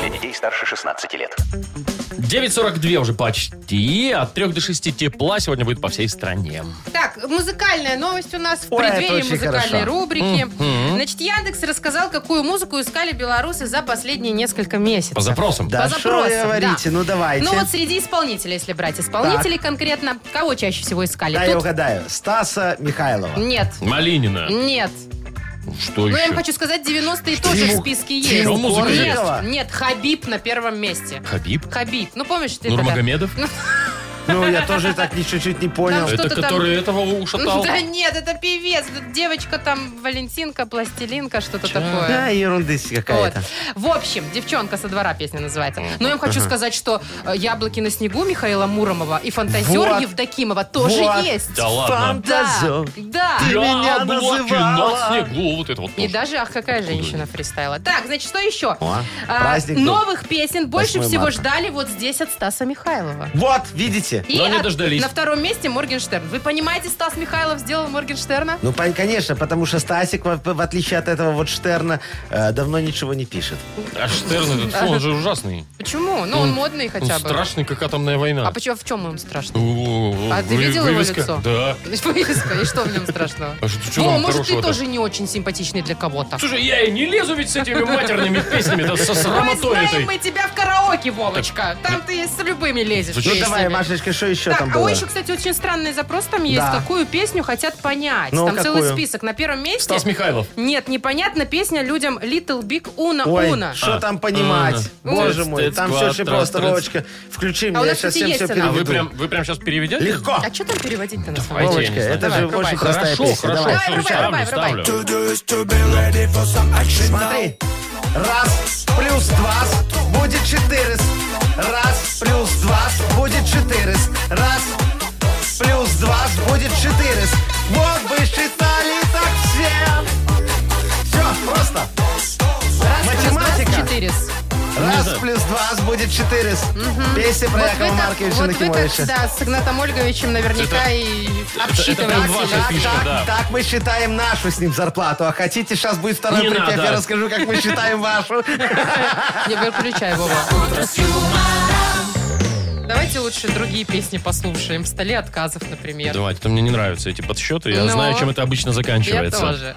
[SPEAKER 6] Для детей старше 16 лет.
[SPEAKER 1] 9.42 уже почти. От 3 до 6 тепла сегодня будет по всей стране.
[SPEAKER 3] Так, музыкальная новость у нас в
[SPEAKER 2] Ой, это
[SPEAKER 3] преддверии
[SPEAKER 2] очень
[SPEAKER 3] музыкальной
[SPEAKER 2] хорошо.
[SPEAKER 3] рубрики. Значит, Яндекс рассказал, какую музыку искали белорусы за последние несколько месяцев.
[SPEAKER 1] По запросам.
[SPEAKER 2] Да,
[SPEAKER 3] По
[SPEAKER 2] что вы
[SPEAKER 3] запросам,
[SPEAKER 2] говорите?
[SPEAKER 3] да.
[SPEAKER 2] Ну, давайте.
[SPEAKER 3] Ну вот среди исполнителей, если брать исполнителей конкретно, кого чаще всего искали?
[SPEAKER 2] Да, я
[SPEAKER 3] Тут-
[SPEAKER 2] угадаю. Стаса Михайлова.
[SPEAKER 3] Нет,
[SPEAKER 1] Малинина.
[SPEAKER 3] нет.
[SPEAKER 1] Что
[SPEAKER 3] Ну, я
[SPEAKER 1] еще?
[SPEAKER 3] вам хочу сказать, 90-е тоже в
[SPEAKER 2] Тимур-
[SPEAKER 3] списке
[SPEAKER 1] Тимур
[SPEAKER 3] есть.
[SPEAKER 1] музыка
[SPEAKER 3] Нет,
[SPEAKER 2] есть?
[SPEAKER 3] нет, Хабиб на первом месте.
[SPEAKER 1] Хабиб?
[SPEAKER 3] Хабиб. Ну, помнишь, ты тогда-
[SPEAKER 1] Нурмагомедов?
[SPEAKER 2] Ну, я тоже так ни чуть-чуть не понял.
[SPEAKER 3] Там
[SPEAKER 1] Это
[SPEAKER 3] А Что-то там-
[SPEAKER 1] который этого ушатал.
[SPEAKER 3] Да нет, это певец. Тут девочка там, Валентинка, Пластилинка, что-то
[SPEAKER 2] Да,
[SPEAKER 3] такое.
[SPEAKER 2] ерунда какая-то.
[SPEAKER 3] Вот. В общем, девчонка со двора песня называется. Но я вам хочу сказать, что э, яблоки на снегу Михаила Муромова и фантазер
[SPEAKER 2] Вот.
[SPEAKER 3] Евдокимова тоже
[SPEAKER 2] Вот.
[SPEAKER 3] есть.
[SPEAKER 1] Да ладно.
[SPEAKER 3] Да,
[SPEAKER 2] Фантазер.
[SPEAKER 3] да.
[SPEAKER 2] Ты меня
[SPEAKER 1] Яблоки
[SPEAKER 2] называла.
[SPEAKER 1] на снегу. Вот это вот тоже.
[SPEAKER 3] И даже, ах, какая женщина фристайла. Так, значит, что еще?
[SPEAKER 2] О,
[SPEAKER 3] А,
[SPEAKER 2] праздник был.
[SPEAKER 3] новых песен больше
[SPEAKER 2] 8
[SPEAKER 3] всего
[SPEAKER 2] марта.
[SPEAKER 3] ждали вот здесь от Стаса Михайлова.
[SPEAKER 2] Вот, видите?
[SPEAKER 3] И
[SPEAKER 1] Но не
[SPEAKER 3] от-
[SPEAKER 1] дождались.
[SPEAKER 3] на втором месте Моргенштерн. Вы понимаете, Стас Михайлов сделал Моргенштерна?
[SPEAKER 2] Ну, пон- конечно, потому что Стасик, в, в отличие от этого вот Штерна, э, давно ничего не пишет.
[SPEAKER 1] А Штерн этот, фу, он же ужасный.
[SPEAKER 3] Почему? Ну, он модный
[SPEAKER 1] Он
[SPEAKER 3] хотя бы.
[SPEAKER 1] страшный, как атомная война.
[SPEAKER 3] А почему, в чем он страшный?
[SPEAKER 1] О,
[SPEAKER 3] А ты
[SPEAKER 1] вы-
[SPEAKER 3] видел его
[SPEAKER 1] вывеска?
[SPEAKER 3] лицо?
[SPEAKER 1] Да.
[SPEAKER 3] Вывеска, и что в нем страшного?
[SPEAKER 1] А что- что
[SPEAKER 3] Ну,
[SPEAKER 1] там
[SPEAKER 3] может, ты
[SPEAKER 1] хорошего-то?
[SPEAKER 3] тоже не очень симпатичный для кого-то.
[SPEAKER 1] Слушай, я и не лезу ведь с этими матерными песнями, да, со
[SPEAKER 3] Мы
[SPEAKER 1] срамотой
[SPEAKER 3] знаем
[SPEAKER 1] этой. ну,
[SPEAKER 3] мы тебя в караоке, Вовочка. Там ты с любыми лезешь.
[SPEAKER 1] Зачем?
[SPEAKER 2] Ну,
[SPEAKER 3] песнями.
[SPEAKER 2] давай, Машечка, что еще
[SPEAKER 3] Так,
[SPEAKER 2] там
[SPEAKER 3] а
[SPEAKER 2] было?
[SPEAKER 3] ой, еще, кстати, очень странный запрос там есть.
[SPEAKER 2] Да.
[SPEAKER 3] Какую песню хотят понять?
[SPEAKER 2] Ну,
[SPEAKER 3] там целый
[SPEAKER 2] какую?
[SPEAKER 3] список. На первом месте...
[SPEAKER 1] Стас Михайлов. а
[SPEAKER 3] Нет, непонятно песня людям Little Big Una Una.
[SPEAKER 2] Ой, что
[SPEAKER 1] А.
[SPEAKER 2] там понимать?
[SPEAKER 1] А.
[SPEAKER 2] Боже
[SPEAKER 1] Тыц,
[SPEAKER 2] мой,
[SPEAKER 1] тыц,
[SPEAKER 2] там все очень
[SPEAKER 1] квадрат,
[SPEAKER 2] просто,
[SPEAKER 1] тыц.
[SPEAKER 2] Вовочка. Включи
[SPEAKER 3] А у
[SPEAKER 2] меня,
[SPEAKER 3] нас,
[SPEAKER 2] я сейчас
[SPEAKER 3] кстати,
[SPEAKER 2] всем все
[SPEAKER 3] есть она.
[SPEAKER 1] А
[SPEAKER 2] переведу.
[SPEAKER 1] вы прям, вы прям сейчас переведете?
[SPEAKER 2] Легко.
[SPEAKER 3] А что там переводить-то на самом
[SPEAKER 1] Давайте, я
[SPEAKER 3] деле?
[SPEAKER 2] Вовочка,
[SPEAKER 1] не знаю.
[SPEAKER 2] это
[SPEAKER 3] Давай,
[SPEAKER 2] же
[SPEAKER 3] врубай.
[SPEAKER 2] очень простая
[SPEAKER 1] Хорошо,
[SPEAKER 2] песня.
[SPEAKER 1] хорошо,
[SPEAKER 2] Давай.
[SPEAKER 3] Давай,
[SPEAKER 1] всё,
[SPEAKER 3] врубай, врубай,
[SPEAKER 1] ставлю,
[SPEAKER 3] врубай.
[SPEAKER 1] ставлю.
[SPEAKER 2] Смотри. Раз плюс два будет четыре. Раз плюс два будет четыре. Раз плюс два будет четыре. Вот бы считали так все. Все, просто. Математика.
[SPEAKER 3] 24.
[SPEAKER 2] Раз плюс два будет четыре. Песня про
[SPEAKER 3] Вот
[SPEAKER 2] Якова
[SPEAKER 3] вы так-
[SPEAKER 2] Марковича
[SPEAKER 3] вот вы так,
[SPEAKER 2] Нахимовича.
[SPEAKER 3] да, с Игнатом Ольговичем наверняка
[SPEAKER 1] Это-
[SPEAKER 3] и
[SPEAKER 1] это прям
[SPEAKER 3] обсчитывались.
[SPEAKER 1] ваша
[SPEAKER 3] да?
[SPEAKER 1] фишка.
[SPEAKER 2] так,
[SPEAKER 1] да.
[SPEAKER 2] так мы считаем нашу с ним зарплату. А хотите, сейчас будет второй
[SPEAKER 1] Не
[SPEAKER 2] припев,
[SPEAKER 1] надо.
[SPEAKER 2] я расскажу, как мы считаем вашу.
[SPEAKER 3] Не выключай, Вова. Давайте лучше другие песни послушаем. В столе отказов, например.
[SPEAKER 1] Давайте, это мне не нравятся эти подсчеты. Я
[SPEAKER 3] Но-
[SPEAKER 1] знаю, чем это обычно
[SPEAKER 3] Ну, Я
[SPEAKER 1] заканчивается.
[SPEAKER 3] тоже.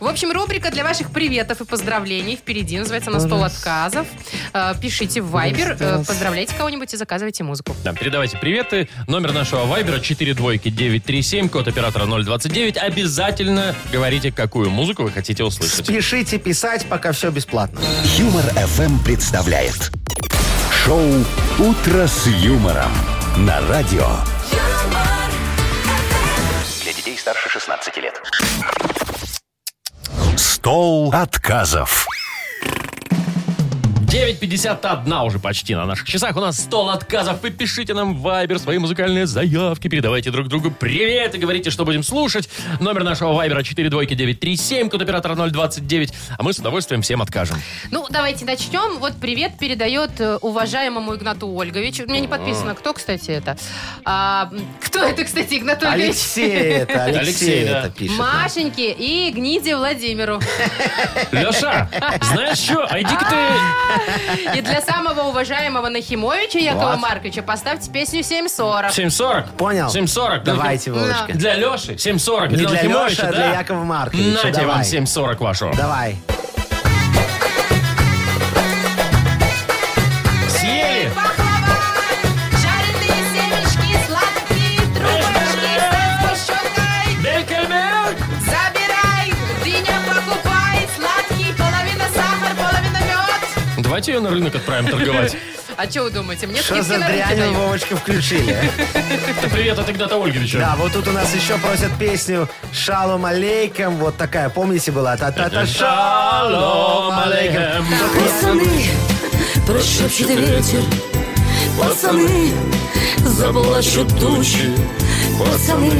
[SPEAKER 3] В общем, рубрика для ваших приветов и поздравлений впереди. Называется «На стол отказов». Э, Пишите в Viber, э, поздравляйте кого-нибудь и заказывайте музыку.
[SPEAKER 1] Да, передавайте приветы. Номер нашего вайбера 42937, код оператора 029. Обязательно говорите, какую музыку вы хотите услышать.
[SPEAKER 2] Пишите, писать, пока все бесплатно.
[SPEAKER 4] Юмор FM представляет шоу Утро с юмором на радио.
[SPEAKER 9] юмор,
[SPEAKER 6] Для детей старше 16 лет.
[SPEAKER 4] Стол отказов.
[SPEAKER 1] 9.51 уже почти на наших часах. У нас стол отказов. Вы пишите нам в Вайбер свои музыкальные заявки. Передавайте друг другу привет и говорите, что будем слушать. Номер нашего Вайбера 42937, код оператора 029. А мы с удовольствием всем откажем.
[SPEAKER 3] Ну, давайте начнем. Вот привет передает э, уважаемому Игнату Ольговичу. У меня не подписано, кто, кстати, это. А, м, кто это, кстати, Игнат Ольгович?
[SPEAKER 2] Алексей это, Алексей
[SPEAKER 1] Алексей, да.
[SPEAKER 2] это пишет.
[SPEAKER 3] Машеньке и Гниде Владимиру.
[SPEAKER 1] Леша, знаешь что? А иди-ка ты...
[SPEAKER 3] И для самого уважаемого Нахимовича Якова
[SPEAKER 2] Вот.
[SPEAKER 3] Марковича поставьте песню 740.
[SPEAKER 1] 7.40?
[SPEAKER 2] Понял?
[SPEAKER 1] 7.40.
[SPEAKER 2] Давайте, Вовочка.
[SPEAKER 1] Для Леши 7.40.
[SPEAKER 2] Не для
[SPEAKER 1] Нахимовича,
[SPEAKER 2] Леши, а
[SPEAKER 1] да?
[SPEAKER 2] для Якова Марковича.
[SPEAKER 1] Нате
[SPEAKER 2] Давай.
[SPEAKER 1] вам 7.40 вашего.
[SPEAKER 2] Давай.
[SPEAKER 1] Съели?
[SPEAKER 9] жареные семечки, сладкие трубочки, со сгущенкой.
[SPEAKER 1] Бекельберг?
[SPEAKER 9] Забирай, дыня покупай, сладкий, половина сахар, половина мед.
[SPEAKER 1] Давайте ее на рынок отправим торговать.
[SPEAKER 3] А что вы думаете, мне
[SPEAKER 2] Что
[SPEAKER 3] скидки
[SPEAKER 2] за
[SPEAKER 3] на рынке
[SPEAKER 2] дрянь вы,
[SPEAKER 3] дают?
[SPEAKER 2] Вовочка, включили?
[SPEAKER 1] Это привет а от Игната Ольговича.
[SPEAKER 2] Да, вот тут у нас еще просят песню «Шалом алейкам». Вот такая, помните, была? Та-та-та «Шалом алейкам».
[SPEAKER 10] Пацаны, прошепчет ветер Пацаны, заплачут тучи Пацаны,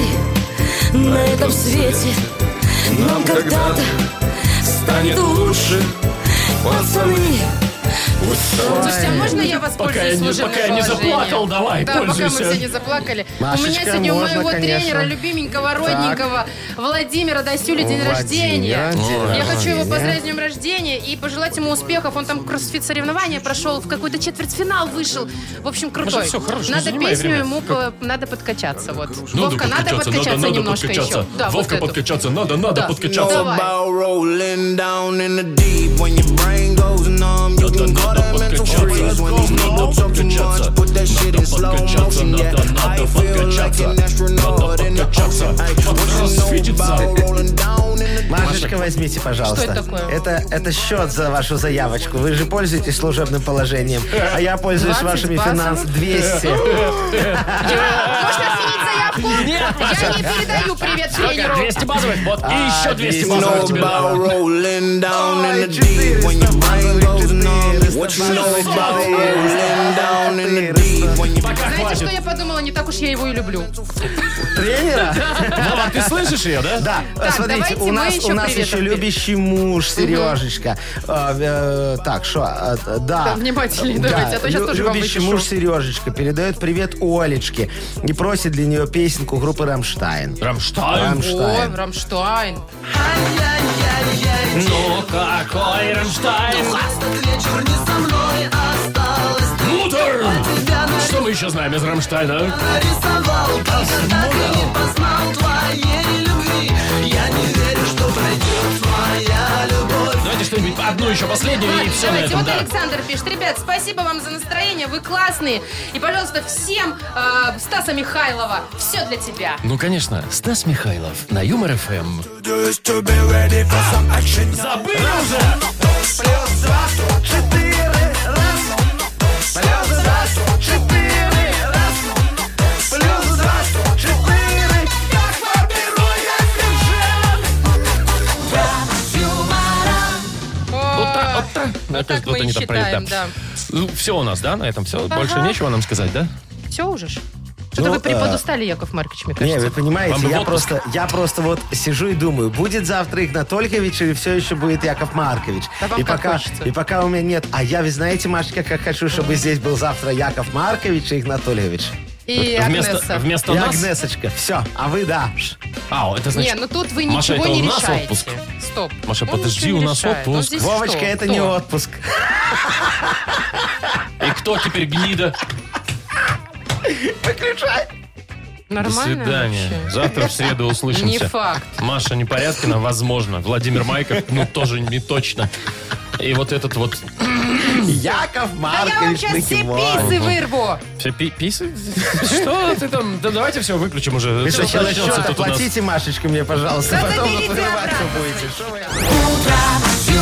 [SPEAKER 10] на этом свете Нам когда-то станет лучше Пацаны,
[SPEAKER 3] Слушайте, а можно я
[SPEAKER 1] Пока я
[SPEAKER 3] воспользуюсь
[SPEAKER 1] не,
[SPEAKER 3] служебным
[SPEAKER 1] пока я не
[SPEAKER 3] положением?
[SPEAKER 1] заплакал, давай,
[SPEAKER 3] Да, пока мы все не
[SPEAKER 1] пользуйся.
[SPEAKER 3] заплакали. у меня
[SPEAKER 2] Машечка,
[SPEAKER 3] сегодня у
[SPEAKER 2] можно,
[SPEAKER 3] моего
[SPEAKER 2] конечно.
[SPEAKER 3] тренера, любименького, родненького, Владимира Дасюля день
[SPEAKER 2] Владимира,
[SPEAKER 3] рождения.
[SPEAKER 2] день
[SPEAKER 3] Я
[SPEAKER 2] рождения.
[SPEAKER 3] хочу его поздравить с днем рождения и пожелать ему успехов. Он там кроссфит-соревнования прошел, в какой-то четвертьфинал вышел. В общем, крутой.
[SPEAKER 1] всё, хорош,
[SPEAKER 3] надо
[SPEAKER 1] занимай
[SPEAKER 3] песню
[SPEAKER 1] время.
[SPEAKER 3] ему, по- надо подкачаться. Вот.
[SPEAKER 1] Надо
[SPEAKER 3] Вовка, надо подкачаться немножко еще. Да, вот
[SPEAKER 1] Вовка,
[SPEAKER 3] эту.
[SPEAKER 1] подкачаться, надо, надо
[SPEAKER 3] Да.
[SPEAKER 1] подкачаться.
[SPEAKER 3] Давай.
[SPEAKER 11] rolling down in the deep. When your brain goes numb, you
[SPEAKER 1] Надо,
[SPEAKER 11] can call
[SPEAKER 1] надо
[SPEAKER 11] that mental freeze.
[SPEAKER 1] подкачаться,
[SPEAKER 11] When these
[SPEAKER 1] надо
[SPEAKER 11] niggas talk too
[SPEAKER 1] подкачаться,
[SPEAKER 11] much, put that shit in slow
[SPEAKER 1] надо подкачаться,
[SPEAKER 11] motion. Yeah,
[SPEAKER 1] надо,
[SPEAKER 11] I
[SPEAKER 1] надо
[SPEAKER 11] feel like
[SPEAKER 1] подкачаться,
[SPEAKER 11] an astronaut
[SPEAKER 1] надо
[SPEAKER 11] in the
[SPEAKER 1] подкачаться,
[SPEAKER 11] ocean. Ay, What you know
[SPEAKER 1] подкросфититься.
[SPEAKER 11] about rolling down in the
[SPEAKER 2] Машечка,
[SPEAKER 1] Машечка,
[SPEAKER 2] возьмите, пожалуйста.
[SPEAKER 3] Что это такое?
[SPEAKER 2] Это, это счет за вашу заявочку. Вы же пользуетесь служебным положением, а я пользуюсь
[SPEAKER 3] 20
[SPEAKER 2] вашими
[SPEAKER 3] баксов?
[SPEAKER 2] финансами. 200.
[SPEAKER 3] Можно сменить заявку?
[SPEAKER 1] Нет,
[SPEAKER 3] Я не передаю привет
[SPEAKER 1] Сколько?
[SPEAKER 3] тренеру.
[SPEAKER 1] 200 базовых? Вот, и еще 200
[SPEAKER 11] You know
[SPEAKER 1] базовых тебе
[SPEAKER 11] about
[SPEAKER 1] дам.
[SPEAKER 11] rolling down in the deep
[SPEAKER 2] 400
[SPEAKER 11] when your brain goes numb. What you know
[SPEAKER 2] базовых,
[SPEAKER 11] about
[SPEAKER 2] 400.
[SPEAKER 11] rolling down in the deep when your
[SPEAKER 1] Пока
[SPEAKER 3] Знаете, что
[SPEAKER 1] хватит.
[SPEAKER 3] я подумала? Не так уж я его и люблю.
[SPEAKER 2] Тренера?
[SPEAKER 1] Вова, ты слышишь ее, да?
[SPEAKER 2] Да,
[SPEAKER 3] Так,
[SPEAKER 2] смотрите,
[SPEAKER 3] давайте
[SPEAKER 2] у
[SPEAKER 3] мы
[SPEAKER 2] нас,
[SPEAKER 3] еще
[SPEAKER 2] у нас
[SPEAKER 3] приветом
[SPEAKER 2] еще
[SPEAKER 3] перед-
[SPEAKER 2] любящий муж, Сережечка. А, э, так, что? да. Э,
[SPEAKER 3] Так, внимательнее
[SPEAKER 2] Да,
[SPEAKER 3] давайте, а то сейчас
[SPEAKER 2] лю-
[SPEAKER 3] тоже вам
[SPEAKER 2] Любящий
[SPEAKER 3] выпишу.
[SPEAKER 2] муж Сережечка передает привет Олечке и просит для нее песенку группы «Рамштайн».
[SPEAKER 1] Рамштайн.
[SPEAKER 2] «Рамштайн».
[SPEAKER 3] О, Рамштайн.
[SPEAKER 1] Ну какой Рамштайн?
[SPEAKER 3] Ну,
[SPEAKER 1] Мутер!
[SPEAKER 3] А
[SPEAKER 1] Что мы еще знаем из Рамштайна? а? Давайте что-нибудь одну еще последнюю и
[SPEAKER 3] Ладно,
[SPEAKER 1] все на
[SPEAKER 3] Давайте,
[SPEAKER 1] этом,
[SPEAKER 3] вот
[SPEAKER 1] да.
[SPEAKER 3] Александр пишет. Ребят, спасибо вам за настроение, вы классные. И, пожалуйста, всем э, Стаса Михайлова, все для тебя.
[SPEAKER 1] Ну, конечно, Стас Михайлов на Юмор Эм. ФМ. Забыл уже! Ну, Вот так, вот так. Опять
[SPEAKER 3] так мы
[SPEAKER 1] кто-то
[SPEAKER 3] и
[SPEAKER 1] не так
[SPEAKER 3] считаем,
[SPEAKER 1] проедет, да. Ну, Все у нас, да, на этом все? Больше нечего нам сказать, да?
[SPEAKER 3] Все уже ж? Что-то
[SPEAKER 2] Ну,
[SPEAKER 3] вы
[SPEAKER 2] э,
[SPEAKER 3] преподустали, Яков Маркович, мне
[SPEAKER 2] Не, вы
[SPEAKER 3] кажется.
[SPEAKER 1] Вам
[SPEAKER 2] понимаете,
[SPEAKER 1] бы в
[SPEAKER 2] я
[SPEAKER 1] отпуск.
[SPEAKER 2] просто, я просто вот сижу и думаю, будет завтра Игнат Ольгович или все еще будет Яков Маркович.
[SPEAKER 3] Да вам
[SPEAKER 2] и,
[SPEAKER 3] как
[SPEAKER 2] пока,
[SPEAKER 3] хочется.
[SPEAKER 2] и пока у меня нет. А я, вы знаете, Машечка, как хочу, чтобы здесь был завтра Яков Маркович и Игнат Ольгович.
[SPEAKER 3] И
[SPEAKER 1] э, Вместо,
[SPEAKER 3] Агнеса.
[SPEAKER 1] вместо
[SPEAKER 2] и
[SPEAKER 1] нас...
[SPEAKER 2] Агнесочка. Все, а вы да.
[SPEAKER 1] А, это значит...
[SPEAKER 3] Не, ну тут вы
[SPEAKER 1] Маша,
[SPEAKER 3] ничего
[SPEAKER 1] это
[SPEAKER 3] не
[SPEAKER 1] у нас
[SPEAKER 3] решаете.
[SPEAKER 1] отпуск.
[SPEAKER 3] Стоп.
[SPEAKER 1] Маша,
[SPEAKER 3] Он
[SPEAKER 1] подожди,
[SPEAKER 3] ничего не
[SPEAKER 1] у нас
[SPEAKER 3] решает. Он
[SPEAKER 1] отпуск.
[SPEAKER 3] здесь
[SPEAKER 2] Вовочка,
[SPEAKER 3] что?
[SPEAKER 2] это
[SPEAKER 3] Кто?
[SPEAKER 2] не отпуск.
[SPEAKER 1] И кто теперь гнида? До
[SPEAKER 3] Нормально
[SPEAKER 1] свидания.
[SPEAKER 3] вообще?
[SPEAKER 1] Завтра в среду
[SPEAKER 3] Не
[SPEAKER 1] услышимся.
[SPEAKER 3] факт.
[SPEAKER 1] Маша Непорядкина, возможно. Владимир Майков, ну, тоже не точно. И вот этот вот...
[SPEAKER 2] Яков
[SPEAKER 3] Да А я вам
[SPEAKER 2] Маркович
[SPEAKER 3] сейчас все
[SPEAKER 2] Нахимович.
[SPEAKER 3] писы вырву.
[SPEAKER 1] Все пи- писы? Что ты там? Да давайте все выключим уже.
[SPEAKER 2] Вы
[SPEAKER 1] Всё,
[SPEAKER 2] сначала
[SPEAKER 1] начнётся
[SPEAKER 2] счет
[SPEAKER 1] тут у нас.
[SPEAKER 2] оплатите, Машечка, мне, пожалуйста. Потом
[SPEAKER 3] Заберите
[SPEAKER 2] вырывать
[SPEAKER 3] обратно.
[SPEAKER 2] будете. Что вы-
[SPEAKER 10] утро с